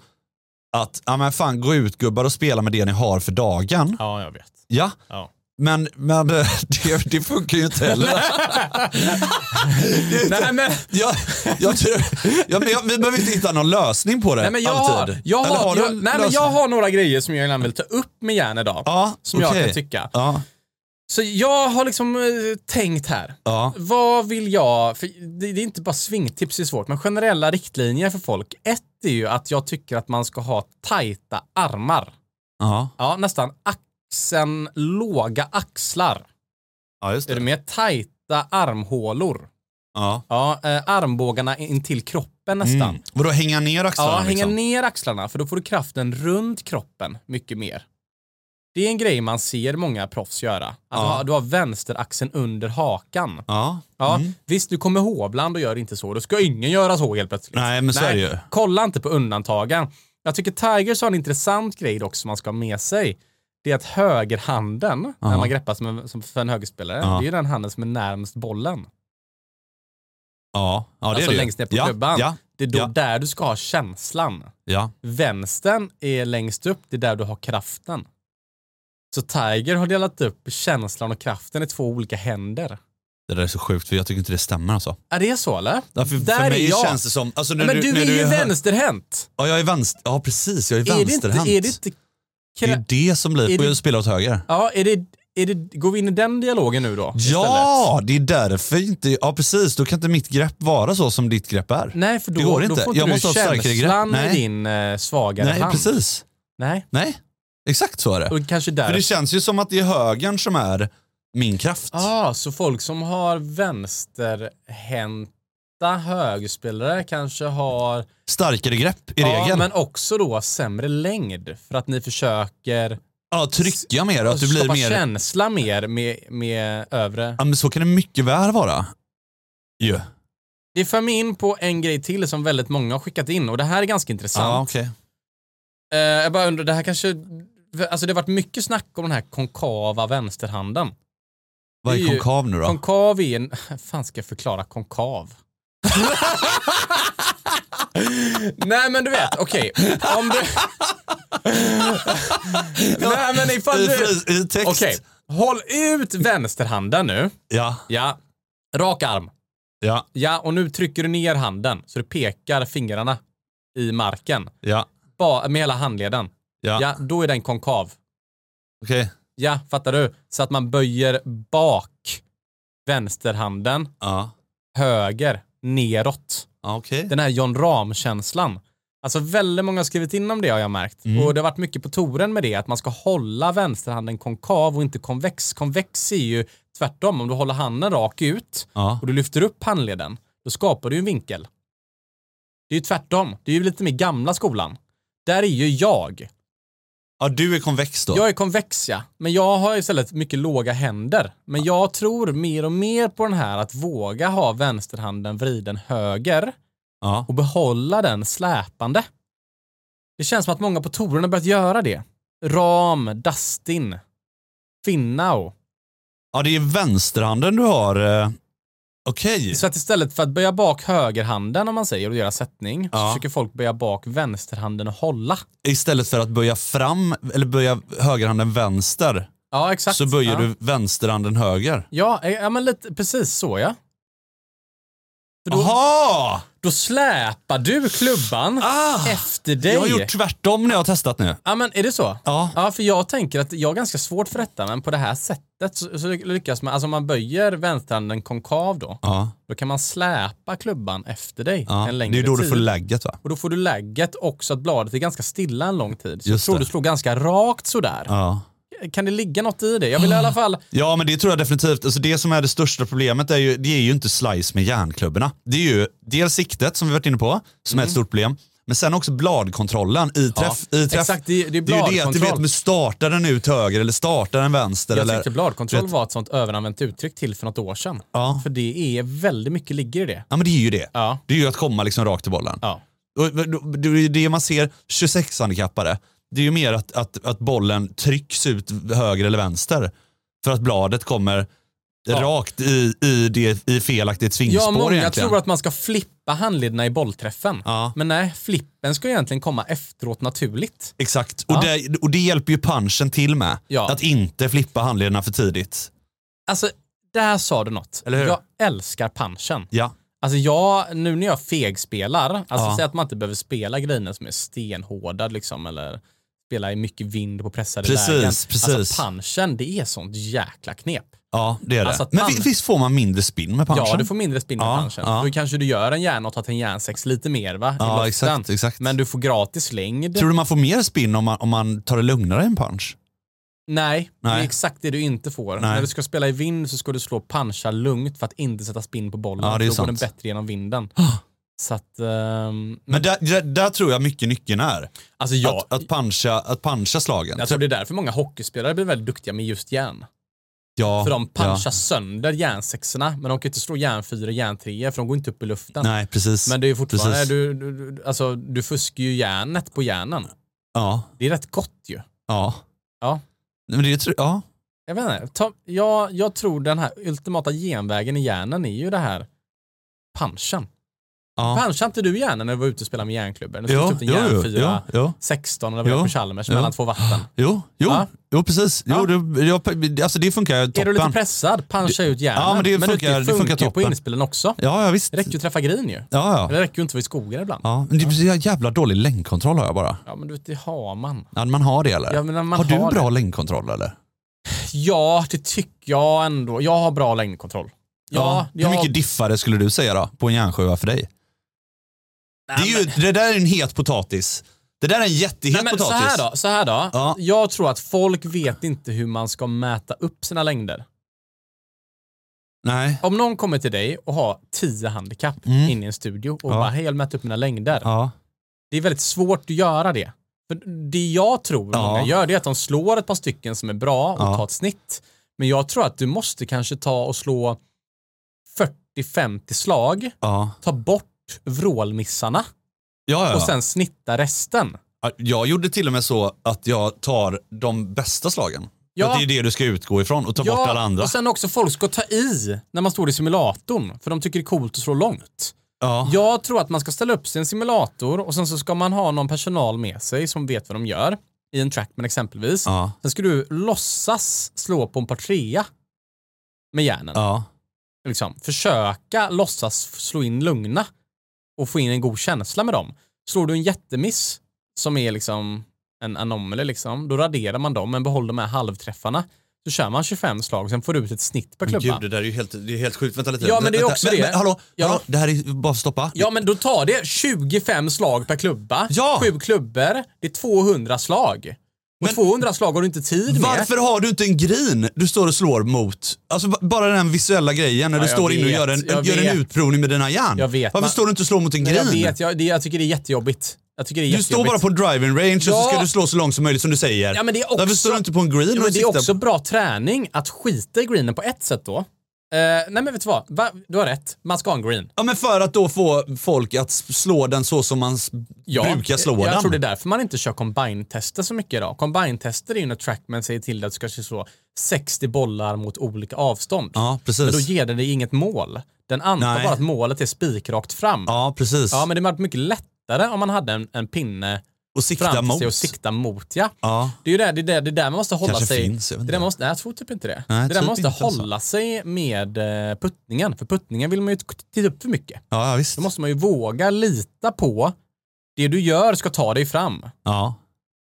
Speaker 2: att, ja men fan gå ut gubbar och spela med det ni har för dagen.
Speaker 1: Ja, jag vet.
Speaker 2: Ja,
Speaker 1: Ja.
Speaker 2: men, men eh, det, det funkar ju inte heller.
Speaker 1: Nej, men...
Speaker 2: Jag, jag, tror- ja, men jag, vi behöver inte hitta någon lösning på det
Speaker 1: Nej, men jag, har,
Speaker 2: alltid.
Speaker 1: jag,
Speaker 2: Eller
Speaker 1: har,
Speaker 2: du
Speaker 1: jag,
Speaker 2: en
Speaker 1: nej, men
Speaker 2: lösning?
Speaker 1: jag har några grejer som jag gärna vill ta upp med järn idag.
Speaker 2: ja,
Speaker 1: som jag
Speaker 2: okej.
Speaker 1: kan tycka.
Speaker 2: Ja,
Speaker 1: Så jag har liksom eh, tänkt här.
Speaker 2: ja.
Speaker 1: Vad vill jag? För det, det är inte bara svingtips det är svårt, men generella riktlinjer för folk. Ett är ju att jag tycker att man ska ha tajta armar.
Speaker 2: Ja,
Speaker 1: Ja, nästan axeln, låga axlar.
Speaker 2: ja just
Speaker 1: Är du
Speaker 2: det.
Speaker 1: med? Tajta armhålor.
Speaker 2: Ja.
Speaker 1: Ja, eh, armbågarna in till kroppen nästan.
Speaker 2: Mm. Vadå hänga ner axlarna?
Speaker 1: Ja, hänga
Speaker 2: liksom?
Speaker 1: ner axlarna för då får du kraften runt kroppen mycket mer. Det är en grej man ser många proffs göra. Att du, har, du har vänsteraxeln under hakan.
Speaker 2: Ja. Mm.
Speaker 1: Ja, Visst, du kommer hovland och gör inte så. Då ska ingen göra så helt plötsligt.
Speaker 2: Nej, men så är det ju.
Speaker 1: Kolla inte på undantagen. Jag tycker Tigers har en intressant grej dock som man ska ha med sig. Det är att högerhanden, när man greppar som, en, som för en högerspelare,
Speaker 2: Ja.
Speaker 1: det är ju den handen som är närmst bollen.
Speaker 2: Ja, ja det är
Speaker 1: alltså
Speaker 2: det ju.
Speaker 1: längst ner på
Speaker 2: ja,
Speaker 1: klubban.
Speaker 2: Ja,
Speaker 1: det är då
Speaker 2: ja.
Speaker 1: där du ska ha känslan.
Speaker 2: ja.
Speaker 1: Vänstern är längst upp, det är där du har kraften. Så Tiger har delat upp känslan och kraften i två olika händer.
Speaker 2: Det där är så sjukt för jag tycker inte det stämmer alltså.
Speaker 1: Är det så eller?
Speaker 2: Ja, för,
Speaker 1: Där
Speaker 2: för
Speaker 1: är
Speaker 2: mig
Speaker 1: jag.
Speaker 2: känns det som... Alltså, när
Speaker 1: Men du,
Speaker 2: när
Speaker 1: är ju
Speaker 2: hö-
Speaker 1: vänsterhänt.
Speaker 2: Ja, jag är vänster. Ja, precis. Jag är
Speaker 1: Är det inte...
Speaker 2: vänsterhänt.
Speaker 1: Är det inte
Speaker 2: Det är
Speaker 1: krä-
Speaker 2: det som blir...
Speaker 1: är det-
Speaker 2: Och jag spelar åt höger.
Speaker 1: ja, är det, är det... Går vi in i den dialogen nu då? istället?
Speaker 2: Ja, det är därför inte... Ja, precis. Då kan inte mitt grepp vara så som ditt grepp är.
Speaker 1: Nej, för då,
Speaker 2: Det går
Speaker 1: då
Speaker 2: inte.
Speaker 1: får inte
Speaker 2: Jag
Speaker 1: du
Speaker 2: måste ha ett starkare grepp.
Speaker 1: känslan i
Speaker 2: Nej.
Speaker 1: din eh, svagare
Speaker 2: Nej,
Speaker 1: hand.
Speaker 2: precis.
Speaker 1: Nej,
Speaker 2: Nej, exakt så är det.
Speaker 1: och kanske
Speaker 2: För
Speaker 1: där.
Speaker 2: det känns ju som att det är högern som är min kraft.
Speaker 1: Ah, så folk som har vänsterhänta högerspelare kanske har
Speaker 2: Starkare grepp i
Speaker 1: Ja,
Speaker 2: regel.
Speaker 1: men också då sämre längd för att ni försöker
Speaker 2: Ja, trycka mer. Att du blir
Speaker 1: skapa
Speaker 2: mer...
Speaker 1: känsla mer med, med övre.
Speaker 2: Ja, men så kan det mycket väl vara. Ju.
Speaker 1: Det för mig in på en grej till som väldigt många har skickat in och det här är ganska
Speaker 2: Ja,
Speaker 1: intressant.
Speaker 2: okej.
Speaker 1: Eh, jag bara undrar, det här kanske... Alltså det har varit mycket snack om den här konkava vänsterhanden.
Speaker 2: Vad
Speaker 1: Det
Speaker 2: är
Speaker 1: är ju-
Speaker 2: konkav nu då?
Speaker 1: Konkav är en... fan ska jag förklara konkav? Nej men du vet, okej. Om du... Nej men ifall
Speaker 2: I,
Speaker 1: du...
Speaker 2: fri- I text.
Speaker 1: Okej, håll ut vänsterhanden nu.
Speaker 2: Ja,
Speaker 1: Ja. Rak arm.
Speaker 2: Ja,
Speaker 1: Ja, och nu trycker du ner handen så du pekar fingrarna i marken.
Speaker 2: ja,
Speaker 1: Ba, med hela handleden.
Speaker 2: ja.
Speaker 1: Ja, då är den konkav.
Speaker 2: Okej.
Speaker 1: Ja, fattar du? Så att man böjer bak vänsterhanden,
Speaker 2: Ja.
Speaker 1: höger, neråt.
Speaker 2: Ja, okej.
Speaker 1: Den här John Rahm-känslan. Alltså väldigt många har skrivit in om det har jag märkt. Och det har varit mycket på toren med det, att man ska hålla vänsterhanden konkav och inte konvex. Konvex är ju tvärtom, om du håller handen rak ut
Speaker 2: Ja.
Speaker 1: och du lyfter upp handleden, då skapar du ju en vinkel. Det är ju tvärtom, det är ju lite mer gamla skolan. Där är ju jag.
Speaker 2: ja, du är konvex då?
Speaker 1: Jag är konvex ja, men jag har istället mycket låga händer. Men jag tror mer och mer på den här att våga ha vänsterhanden vriden höger
Speaker 2: Ja.
Speaker 1: och behålla den släpande. Det känns som att många på touren har börjat göra det. Ram, Dustin, Finnau.
Speaker 2: ja, det är vänsterhanden du har. eh. Okej.
Speaker 1: Så att istället för att böja bak högerhanden om man säger och göra sättning så
Speaker 2: Ja.
Speaker 1: försöker folk böja bak vänsterhanden och hålla.
Speaker 2: Istället för att böja fram, eller böja högerhanden vänster,
Speaker 1: Ja, exakt.
Speaker 2: så böjer
Speaker 1: ja.
Speaker 2: du vänsterhanden höger.
Speaker 1: Ja, eh, ja men lite, precis så ja. För då,
Speaker 2: Jaha!
Speaker 1: då släpar du klubban
Speaker 2: Ah!
Speaker 1: efter dig.
Speaker 2: Jag har gjort tvärtom när jag har testat nu.
Speaker 1: Ja, men är det så?
Speaker 2: Ja.
Speaker 1: Ja, för jag tänker att jag har ganska svårt för detta, men på det här sättet så, så lyckas man, alltså om man böjer vänsterhanden konkav då,
Speaker 2: Ja.
Speaker 1: då kan man släpa klubban efter dig
Speaker 2: ja.
Speaker 1: en
Speaker 2: Det är
Speaker 1: längre
Speaker 2: ju då
Speaker 1: tid.
Speaker 2: du får lägget va?
Speaker 1: och då får du lägget också att bladet är ganska stilla en lång tid. Så jag
Speaker 2: Just
Speaker 1: tror
Speaker 2: det.
Speaker 1: du slår ganska rakt sådär.
Speaker 2: Ja.
Speaker 1: Kan det ligga något i det? Jag vill i alla fall...
Speaker 2: Ja, men det tror jag definitivt. Alltså det som är det största problemet är ju, det är ju inte slice med järnklubborna. Det är ju dels siktet som vi varit inne på, som
Speaker 1: Mm.
Speaker 2: är ett stort problem. Men sen också bladkontrollen i träff. i träff.
Speaker 1: exakt, det är- det är
Speaker 2: ju det att du
Speaker 1: bladkontroll.
Speaker 2: vet, men startar den ut höger eller startar den vänster?
Speaker 1: Jag
Speaker 2: eller,
Speaker 1: tyckte bladkontroll
Speaker 2: vet-
Speaker 1: var ett sånt överanvänt uttryck till för något år sedan.
Speaker 2: Ja.
Speaker 1: För det är väldigt mycket ligger i det.
Speaker 2: Ja, men det är ju det.
Speaker 1: Ja.
Speaker 2: Det är ju att komma liksom rakt till bollen.
Speaker 1: Ja.
Speaker 2: Och det- Det är ju det man ser 26-handikappade. Det är ju mer att, att, att bollen trycks ut höger eller vänster. För att bladet kommer rakt i, i, det, i felaktigt svingspår
Speaker 1: Ja, många
Speaker 2: egentligen.
Speaker 1: tror att man ska flippa handlederna i bollträffen.
Speaker 2: Ja.
Speaker 1: Men nej, flippen ska egentligen komma efteråt naturligt.
Speaker 2: Exakt,
Speaker 1: Ja.
Speaker 2: och, det, och det hjälper ju punchen till med.
Speaker 1: Ja.
Speaker 2: Att inte flippa handlederna för tidigt.
Speaker 1: Alltså, där sa du något.
Speaker 2: Eller hur?
Speaker 1: Jag älskar punchen.
Speaker 2: Ja,
Speaker 1: Alltså jag, nu när jag fegspelar, alltså
Speaker 2: Ja.
Speaker 1: säg att man inte behöver spela grejerna som är stenhårda liksom, eller spela i mycket vind på pressade
Speaker 2: Precis,
Speaker 1: lägen.
Speaker 2: precis.
Speaker 1: Alltså punchen, det är sånt jäkla knep.
Speaker 2: ja det är det.
Speaker 1: Alltså att
Speaker 2: Men
Speaker 1: pan-
Speaker 2: vi- visst får man mindre spin med punchen?
Speaker 1: Ja, du får mindre spinn med
Speaker 2: Ja,
Speaker 1: punchen.
Speaker 2: ja.
Speaker 1: Då kanske du gör en järnåtta till en järnsex lite mer va? i
Speaker 2: Ja,
Speaker 1: luften.
Speaker 2: exakt, exakt.
Speaker 1: Men du får gratis längd.
Speaker 2: Tror du man får mer spin om man, om man tar det lugnare än punch?
Speaker 1: Nej, det är
Speaker 2: Nej.
Speaker 1: exakt det du inte får.
Speaker 2: Nej.
Speaker 1: När du ska spela i vind så ska du slå punchar lugnt för att inte sätta spinn på bollen.
Speaker 2: Ja, det är
Speaker 1: Då går
Speaker 2: sant.
Speaker 1: den bättre genom vinden. Så att, ehm,
Speaker 2: Men där, där, där tror jag mycket nyckeln är.
Speaker 1: alltså jag,
Speaker 2: Att, att, puncha, att puncha slagen.
Speaker 1: jag tror det är därför många hockeyspelare blir väldigt duktiga med just järn.
Speaker 2: ja,
Speaker 1: För de punchar
Speaker 2: ja.
Speaker 1: sönder järnsexorna, men de kan ju inte slå järnfyror och järntrior för de går inte upp i luften.
Speaker 2: Nej, precis.
Speaker 1: Men det är ju fortfarande,
Speaker 2: Precis.
Speaker 1: du, du, du, alltså, du fuskar ju järnet på järnen.
Speaker 2: Ja,
Speaker 1: Det är rätt gott ju.
Speaker 2: ja.
Speaker 1: Ja.
Speaker 2: Men det är, tr- ja.
Speaker 1: Jag vet inte. Ta, jag, jag tror den här ultimata genvägen i hjärnan är ju det här punchen.
Speaker 2: Ja.
Speaker 1: Punchade inte du hjärnan när du var ute och spelade med järnklubbor? Du
Speaker 2: Jo,
Speaker 1: skulle upp en
Speaker 2: jo, jo,
Speaker 1: järnfyra,
Speaker 2: jo, jo.
Speaker 1: 16 när du var
Speaker 2: Jo,
Speaker 1: på Chalmers
Speaker 2: jo.
Speaker 1: mellan två vatten.
Speaker 2: Jo, jo,
Speaker 1: Ja.
Speaker 2: jo precis. Jo,
Speaker 1: Ja.
Speaker 2: Du, jag, alltså det funkar ju toppen.
Speaker 1: Är du lite pressad, puncha ut hjärnan.
Speaker 2: Ja, men det
Speaker 1: du,
Speaker 2: funkar- det funkar
Speaker 1: ju på
Speaker 2: toppen.
Speaker 1: inspelen också.
Speaker 2: Ja, ja visst.
Speaker 1: Det räcker ju att träffa green ju.
Speaker 2: Ja, ja.
Speaker 1: Det räcker ju inte att vara i skogen ibland. Ja,
Speaker 2: Ja, men det är så jävla dålig längdkontroll har jag bara.
Speaker 1: men du vet, det har man.
Speaker 2: Ja, man har det eller?
Speaker 1: Ja, men man
Speaker 2: har du
Speaker 1: har
Speaker 2: bra längdkontroll eller?
Speaker 1: Ja, det tycker jag ändå. Jag har bra längdkontroll. Ja, jag
Speaker 2: Hur
Speaker 1: har-
Speaker 2: mycket diffare skulle du säga då, på en järnsjua för dig? det, är ju, det där är en het potatis. Det där är en jättehet
Speaker 1: Nej, men så
Speaker 2: potatis.
Speaker 1: här då. Så här då.
Speaker 2: Ja.
Speaker 1: Jag tror att folk vet inte hur man ska mäta upp sina längder.
Speaker 2: Nej.
Speaker 1: Om någon kommer till dig och har 10 handikapp
Speaker 2: Mm.
Speaker 1: in i en studio och
Speaker 2: Ja.
Speaker 1: bara hej jag vill mäta upp mina längder.
Speaker 2: Ja.
Speaker 1: Det är väldigt svårt att göra det. För det jag tror
Speaker 2: Ja.
Speaker 1: många gör det är att de slår ett par stycken som är bra och
Speaker 2: Ja.
Speaker 1: tar ett snitt. Men jag tror att du måste kanske ta och slå 40-50 slag,
Speaker 2: Ja.
Speaker 1: ta bort vrålmissarna
Speaker 2: Ja, ja,
Speaker 1: och
Speaker 2: ja.
Speaker 1: sen snitta resten.
Speaker 2: Ja, Jag gjorde till och med så att jag tar de bästa slagen.
Speaker 1: Ja.
Speaker 2: Ja. Att det är det du ska utgå ifrån och ta bort alla andra.
Speaker 1: och sen också folk ska ta i när man står i simulatorn för de tycker det är coolt att slå långt.
Speaker 2: ja.
Speaker 1: Jag tror att man ska ställa upp sin simulator och sen så ska man ha någon personal med sig som vet vad de gör. I en trackman exempelvis.
Speaker 2: Ja.
Speaker 1: Sen ska du låtsas slå på en par trea med hjärnan.
Speaker 2: Ja.
Speaker 1: liksom, försöka låtsas slå in lugna och få in en god känsla med dem. Slår du en jättemiss som är liksom en anomaly, liksom, då raderar man dem men behåller de här halvträffarna. Så kör man 25 slag, sen får du ut ett snitt per
Speaker 2: Men
Speaker 1: klubba.
Speaker 2: Gud, det där är ju helt, det är helt sjukt. Vänta lite.
Speaker 1: Ja, men det är
Speaker 2: Vänta,
Speaker 1: också
Speaker 2: men,
Speaker 1: det.
Speaker 2: Men, hallå,
Speaker 1: Ja.
Speaker 2: hallå, det här är ju- bara stoppa.
Speaker 1: Ja men då tar det 25 slag per klubba,
Speaker 2: Ja!
Speaker 1: sju klubbor, det är 200 slag. Och 200 slag har du inte tid med.
Speaker 2: Varför har du inte en grin du står och slår mot? Alltså ba- bara den här visuella grejen när
Speaker 1: Ja,
Speaker 2: du
Speaker 1: jag
Speaker 2: står inne och
Speaker 1: vet,
Speaker 2: gör en,
Speaker 1: jag
Speaker 2: gör
Speaker 1: vet.
Speaker 2: en utprovning med dina järn.
Speaker 1: Jag vet,
Speaker 2: Varför
Speaker 1: man-
Speaker 2: står du inte och slår mot en
Speaker 1: Men
Speaker 2: grin?
Speaker 1: Jag vet, jag, det, jag tycker det är jättejobbigt. Jag tycker det är
Speaker 2: Du står bara
Speaker 1: jättejobbigt.
Speaker 2: på driving range och så
Speaker 1: Ja.
Speaker 2: ska du slå så långt som möjligt som du säger.
Speaker 1: Ja, men det är också,
Speaker 2: Varför står du inte på en green
Speaker 1: ja,
Speaker 2: och
Speaker 1: men Det är
Speaker 2: siktar-
Speaker 1: också bra träning att skita i greenen på ett sätt då. Eh, nej men vet du vad? Va? Du har rätt. Man ska ha en green.
Speaker 2: Ja men för att då få folk att s- slå den så som man s- brukar slå
Speaker 1: jag,
Speaker 2: den.
Speaker 1: Jag tror det är därför man inte kör combine-tester så mycket idag. Combine-tester är ju när trackman säger till dig att du ska slå 60 bollar mot olika avstånd.
Speaker 2: Ja, precis.
Speaker 1: Men då ger den dig inget mål. Den antar
Speaker 2: Nej.
Speaker 1: bara att målet är spikrakt fram.
Speaker 2: Ja precis.
Speaker 1: Ja, men det var mycket lättare om man hade en, en pinne
Speaker 2: och sikta
Speaker 1: framför
Speaker 2: mot.
Speaker 1: sig och sikta mot. Ja.
Speaker 2: Ja.
Speaker 1: Det är ju där, det, är där, det är där man måste hålla
Speaker 2: Kanske
Speaker 1: sig...
Speaker 2: finns, jag vet
Speaker 1: det
Speaker 2: inte.
Speaker 1: där man måste, nej, jag tror typ inte det.
Speaker 2: Nej,
Speaker 1: det där man
Speaker 2: typ
Speaker 1: måste
Speaker 2: inte alltså.
Speaker 1: hålla sig med eh, puttningen. För puttningen vill man ju inte titta upp för mycket.
Speaker 2: Ja, ja, visst.
Speaker 1: Då måste man ju våga lita på det du gör ska ta dig fram.
Speaker 2: Ja.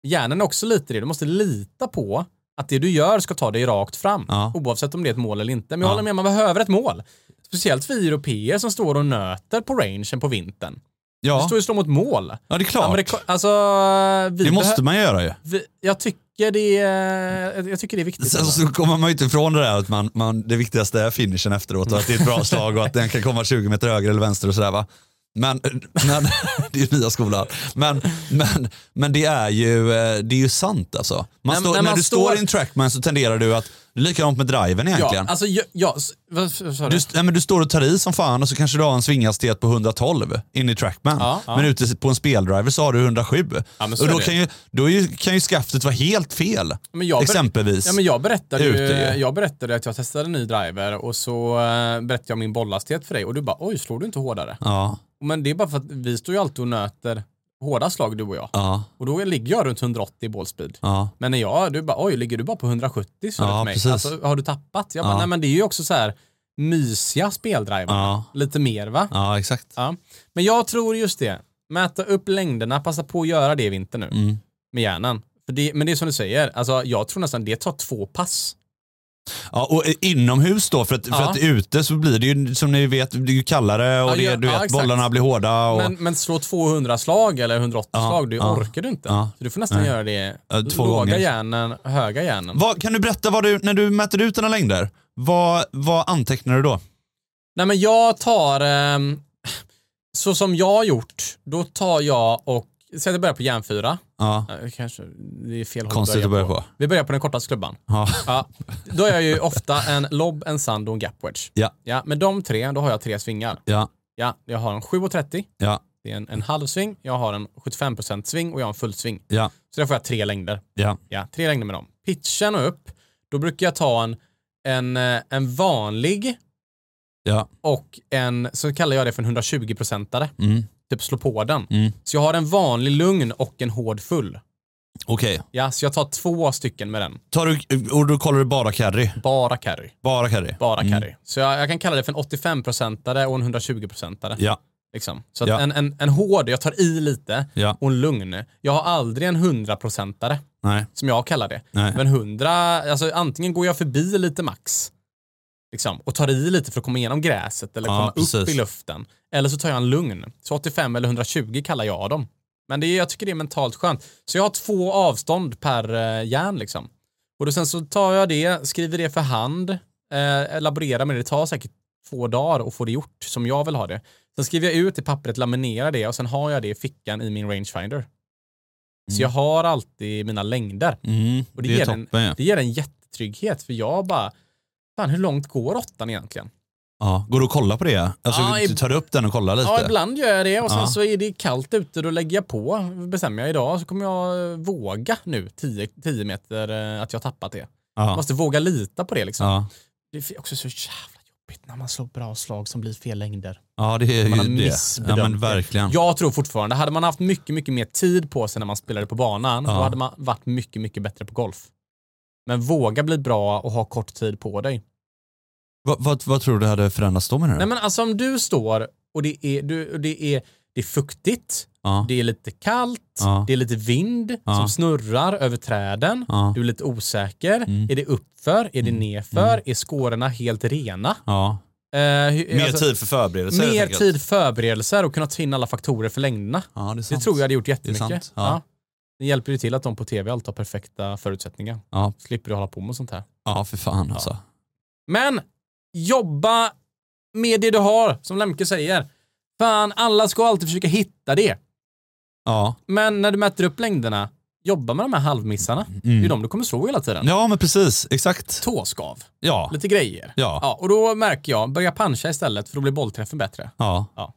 Speaker 1: Hjärnan är också lite det. Du måste lita på att det du gör ska ta dig rakt fram.
Speaker 2: Ja.
Speaker 1: Oavsett om det är ett mål eller inte. Men jag
Speaker 2: Ja.
Speaker 1: håller med, man behöver ett mål. Speciellt vi europeer som står och nöter på rangen på vintern. Vi
Speaker 2: Ja.
Speaker 1: står ju och slår mot mål.
Speaker 2: ja, det är
Speaker 1: Ja, men
Speaker 2: klart.
Speaker 1: det, alltså, vi
Speaker 2: Det måste
Speaker 1: behö-
Speaker 2: man göra ju.
Speaker 1: vi, jag, tycker det är, jag tycker det är viktigt.
Speaker 2: Sen så kommer man ju inte ifrån det där att man, man, det viktigaste är finishen efteråt och att det är ett bra slag och att den kan komma 20 meter höger eller vänster och sådär va. Men, men det är ju nya skolan. Men, men, men det är ju eh, det är ju sant alltså. Man
Speaker 1: Nej,
Speaker 2: står,
Speaker 1: när
Speaker 2: när
Speaker 1: man
Speaker 2: du
Speaker 1: står-
Speaker 2: står i en trackman så tenderar du att, det är likadant med driven
Speaker 1: ja,
Speaker 2: egentligen.
Speaker 1: alltså, ja, ja, s- vad- vad sa
Speaker 2: Du,
Speaker 1: du?
Speaker 2: st- nej, men du står och tar i som fan och så kanske du har en svinghastighet på 112 in i trackman.
Speaker 1: Ja, ja.
Speaker 2: Men ute på en speldriver så har du 107.
Speaker 1: men så
Speaker 2: och
Speaker 1: är
Speaker 2: då,
Speaker 1: det.
Speaker 2: kan ju, då är ju, kan ju skaftet vara helt fel.
Speaker 1: Men jag ber-
Speaker 2: exempelvis.
Speaker 1: Ja, men jag, berättade ju,
Speaker 2: Ute ju.
Speaker 1: jag berättade att jag testade en ny driver och så eh, berättade jag min bollhastighet för dig och du bara oj, slår du inte hårdare?
Speaker 2: ja,
Speaker 1: Men det är bara för att vi står ju alltid och nöter hårda slag du och jag.
Speaker 2: ja,
Speaker 1: Och då ligger jag runt 180 i bollspeed.
Speaker 2: ja.
Speaker 1: Men när jag, du bara oj, ligger du bara på 170? Så
Speaker 2: Ja,
Speaker 1: ja, mig.
Speaker 2: precis.
Speaker 1: Alltså, har du tappat? Jag bara,
Speaker 2: Ja.
Speaker 1: nej men det är ju också så här mysiga speldriver.
Speaker 2: Ja.
Speaker 1: Lite mer va?
Speaker 2: Ja, exakt.
Speaker 1: Ja. Men jag tror just det. Mäta upp längderna, passa på att göra det i vinter nu.
Speaker 2: Mm.
Speaker 1: Med hjärnan. För det, men det är som du säger, alltså, jag tror nästan det tar två pass.
Speaker 2: Ja, och eh, inomhus då, för att, för
Speaker 1: Ja.
Speaker 2: att ute så blir det ju som ni vet, det är ju kallare och
Speaker 1: Ja,
Speaker 2: det,
Speaker 1: ja,
Speaker 2: du
Speaker 1: ja,
Speaker 2: vet,
Speaker 1: exakt.
Speaker 2: bollarna blir hårda. Och,
Speaker 1: Men, men slå 200 slag eller 180
Speaker 2: Ja,
Speaker 1: slag, det
Speaker 2: ja,
Speaker 1: orkar du inte.
Speaker 2: ja.
Speaker 1: Så du får nästan
Speaker 2: Nej.
Speaker 1: göra det
Speaker 2: Ja, två
Speaker 1: låga
Speaker 2: gånger.
Speaker 1: hjärnan, höga hjärnan.
Speaker 2: vad, kan du berätta, vad du, när du mäter ut dina längder, vad, vad antecknar du då?
Speaker 1: Nej men jag tar, ehm, så som jag har gjort, då tar jag och, säg att jag börjar på järnfyra.
Speaker 2: Ja,
Speaker 1: Eh, Kanske, det är fel håll
Speaker 2: konstigt att börja på.
Speaker 1: Vi börjar på den kortaste klubban.
Speaker 2: Ja.
Speaker 1: Ja, då är jag ju ofta en lob, en sand och en gapwedge.
Speaker 2: Ja.
Speaker 1: Ja, med de tre, då har jag tre svingar.
Speaker 2: Ja,
Speaker 1: Ja, jag har en 7,30,
Speaker 2: ja,
Speaker 1: det är en, en halv sving, jag har en 75% sving och jag har en full sving.
Speaker 2: ja,
Speaker 1: Så där får jag tre längder.
Speaker 2: ja.
Speaker 1: Ja, tre längder med dem. Pitchen och upp, då brukar jag ta en, en, eh, en vanlig
Speaker 2: ja.
Speaker 1: och en, så kallar jag det för en 120-procentare.
Speaker 2: Mm.
Speaker 1: Typ slå på den.
Speaker 2: Mm.
Speaker 1: Så jag har en vanlig lugn och en hård full.
Speaker 2: Okej,
Speaker 1: Ja, så jag tar två stycken med den.
Speaker 2: Tar du, och då kollar du bara carry?
Speaker 1: Bara carry.
Speaker 2: Bara carry?
Speaker 1: Bara carry. Så jag, jag kan kalla det för en 85-procentare och en 120-procentare.
Speaker 2: Ja,
Speaker 1: Liksom. Så att
Speaker 2: Ja.
Speaker 1: en, en, en hård, jag tar i lite,
Speaker 2: Ja.
Speaker 1: och en lugn. Jag har aldrig en 100-procentare,
Speaker 2: nej.
Speaker 1: som jag kallar det.
Speaker 2: Nej.
Speaker 1: Men 100, alltså antingen går jag förbi lite max, liksom, och tar i lite för att komma igenom gräset eller
Speaker 2: Ja,
Speaker 1: komma upp
Speaker 2: precis.
Speaker 1: i luften. Eller så tar jag en lugn. Så 85 eller 120 kallar jag dem. Men det, är- jag tycker det är mentalt skönt. Så jag har två avstånd per eh, järn liksom. Och då sen så tar jag det, skriver det för hand, eh, laborerar med det. Det tar säkert två dagar att få det gjort som jag vill ha det. Sen skriver jag ut i pappret, laminerar det och sen har jag det i fickan i min rangefinder. Så jag har alltid mina längder.
Speaker 2: Mm.
Speaker 1: Och
Speaker 2: det,
Speaker 1: det,
Speaker 2: är
Speaker 1: ger
Speaker 2: toppen
Speaker 1: en,
Speaker 2: ja.
Speaker 1: det ger en jättetrygghet för jag bara, fan hur långt går åttan egentligen?
Speaker 2: ja. Går du och kollar på det? Alltså,
Speaker 1: Ja, i-
Speaker 2: tar du upp den och kollar lite?
Speaker 1: Ja, ibland gör jag det och sen
Speaker 2: Ja.
Speaker 1: så är det kallt ute, då lägger jag på. Bestämmer jag idag så kommer jag eh, våga nu 10 10 meter eh, att jag tappat det.
Speaker 2: Ja.
Speaker 1: Måste våga lita på det liksom.
Speaker 2: Ja.
Speaker 1: Det är också så jävla jobbigt när man slår bra slag som blir fel längder.
Speaker 2: ja, det är ju
Speaker 1: Man har
Speaker 2: det. Ja,
Speaker 1: missbedömt
Speaker 2: men
Speaker 1: det.
Speaker 2: verkligen.
Speaker 1: Jag tror fortfarande, hade man haft mycket, mycket mer tid på sig när man spelade på banan, då
Speaker 2: Ja.
Speaker 1: hade man varit mycket, mycket bättre på golf. Men våga bli bra och ha kort tid på dig.
Speaker 2: Vad, vad, vad tror du hade förändrats då menar du?
Speaker 1: Nej men alltså om du står och det är, du, och det är, det är fuktigt,
Speaker 2: Ja.
Speaker 1: det är lite kallt,
Speaker 2: Ja.
Speaker 1: det är lite vind som snurrar över träden,
Speaker 2: Ja. Mm.
Speaker 1: du är lite osäker. Är det uppför? Är det nerför? Är skårorna helt rena?
Speaker 2: Ja.
Speaker 1: Eh, hur-
Speaker 2: Mm. Mer
Speaker 1: alltså,
Speaker 2: tid för förberedelser helt
Speaker 1: mer
Speaker 2: enkelt.
Speaker 1: tid förberedelser och kunna ta in alla faktorer för längderna.
Speaker 2: Ja, det, är
Speaker 1: Det
Speaker 2: sant.
Speaker 1: tror jag hade gjort
Speaker 2: är
Speaker 1: jättemycket.
Speaker 2: sant, ja.
Speaker 1: ja. Det hjälper ju till att de på tv alltid har perfekta förutsättningar.
Speaker 2: Ja.
Speaker 1: Slipper du hålla på med sånt här.
Speaker 2: Ja, för fan alltså.
Speaker 1: Men jobba med det du har, som Lemke säger. Fan, alla ska alltid försöka hitta det.
Speaker 2: Ja.
Speaker 1: Men när du mäter upp längderna, jobba med de här halvmissarna.
Speaker 2: Mm.
Speaker 1: Det är ju de du kommer slå hela tiden.
Speaker 2: ja, men precis. Exakt.
Speaker 1: Tåskav,
Speaker 2: Ja.
Speaker 1: lite grejer.
Speaker 2: Ja.
Speaker 1: Ja, och då märker jag, börja puncha istället för då blir bollträffen bättre.
Speaker 2: Ja.
Speaker 1: Ja.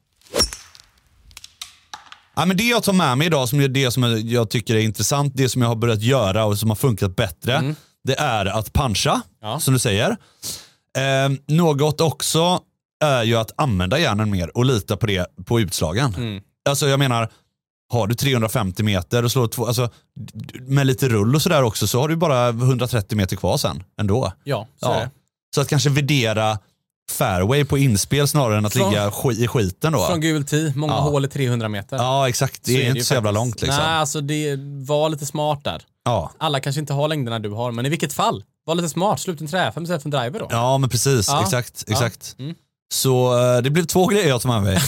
Speaker 2: Ja, men det jag tar med mig idag, som är det som jag tycker är intressant, det som jag har börjat göra och som har funkat bättre, det är att puncha,
Speaker 1: Ja.
Speaker 2: som du säger. Eh, något också är ju att använda hjärnan mer och lita på det på utslagen. Alltså jag menar, har du 350 meter och slår två, alltså, d- med lite rull och sådär också så har du bara 130 meter kvar sen ändå.
Speaker 1: Ja, så är det.
Speaker 2: Så att kanske värdera fairway på inspel snarare än att
Speaker 1: Från-
Speaker 2: ligga sk- i skiten då.
Speaker 1: Från gul tee, många hål i 300 meter.
Speaker 2: Ja, exakt. Det
Speaker 1: Så
Speaker 2: är, inte
Speaker 1: ju
Speaker 2: så jävla
Speaker 1: faktiskt.
Speaker 2: långt liksom.
Speaker 1: Nej, alltså det, var lite smart där.
Speaker 2: Ja.
Speaker 1: Alla kanske inte har längderna du har, men i vilket fall, var lite smart. Slut en träfem istället för en driver då.
Speaker 2: ja, men precis.
Speaker 1: Ja.
Speaker 2: Exakt.
Speaker 1: Ja. Mm.
Speaker 2: exakt. Så eh, det blev två grejer jag tog med mig.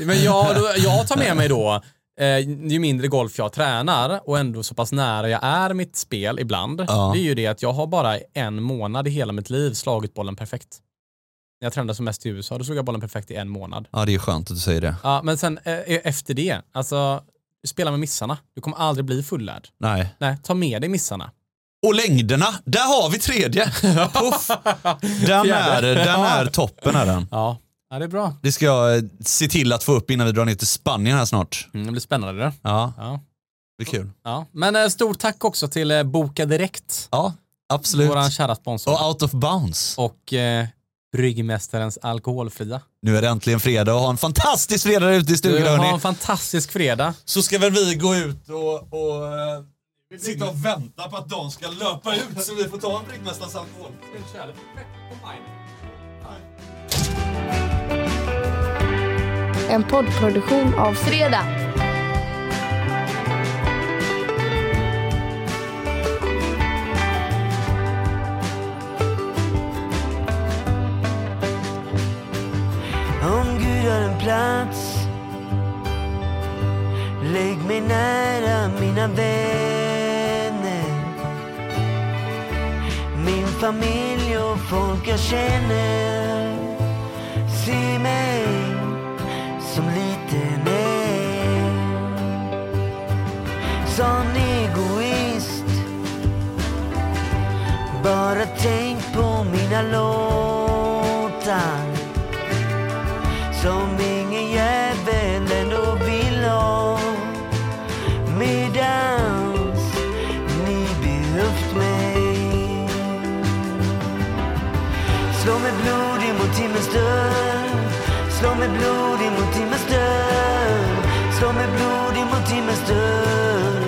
Speaker 1: Men jag, då, jag tar med mig då, eh, ju mindre golf jag tränar och ändå så pass nära jag är mitt spel ibland,
Speaker 2: Ja.
Speaker 1: det är ju det att jag har bara en månad i hela mitt liv slagit bollen perfekt. När jag tränade som mest i USA, då slog jag bollen perfekt i en månad.
Speaker 2: ja, det är skönt att du säger det.
Speaker 1: Ja, men sen eh, efter det, alltså spela med missarna. Du kommer aldrig bli fullärd.
Speaker 2: Nej.
Speaker 1: Nej, ta med dig missarna.
Speaker 2: Och längderna, där har vi tredje. Puff. Den är,
Speaker 1: Fjärde.
Speaker 2: den är toppen. Är den.
Speaker 1: Ja, ja det är bra.
Speaker 2: Det ska jag eh, se till att få upp innan vi drar ner till Spanien här snart.
Speaker 1: Mm, det blir spännande. Det.
Speaker 2: Ja,
Speaker 1: Ja,
Speaker 2: det blir kul.
Speaker 1: ja. Men eh, stort tack också till eh, Boka Direkt,
Speaker 2: Ja, absolut.
Speaker 1: vår kära sponsor.
Speaker 2: Och out of bounds.
Speaker 1: och eh, Bryggmästarens alkoholfria.
Speaker 2: Nu är det äntligen fredag och ha en fantastisk fredag ute i
Speaker 1: Du,
Speaker 2: stugan
Speaker 1: ha en
Speaker 2: hörni.
Speaker 1: fantastisk fredag.
Speaker 2: Så ska väl vi gå ut och, och eh, sitta och vänta på att de ska löpa ut så vi får ta en bryggmästarens alkohol.
Speaker 7: En poddproduktion av Fredag.
Speaker 8: Om Gud har en plats Lägg mig nära mina vänner Min familj och folk jag känner Se mig som liten är Sån egoist Bara tänk på mina låtar som ingen jävel ändå vill ha medans ni behövt mig Slå mig blodig mot himmels dörr Slå mig blodig mot himmels dörr Slå mig blodig mot himmels dörr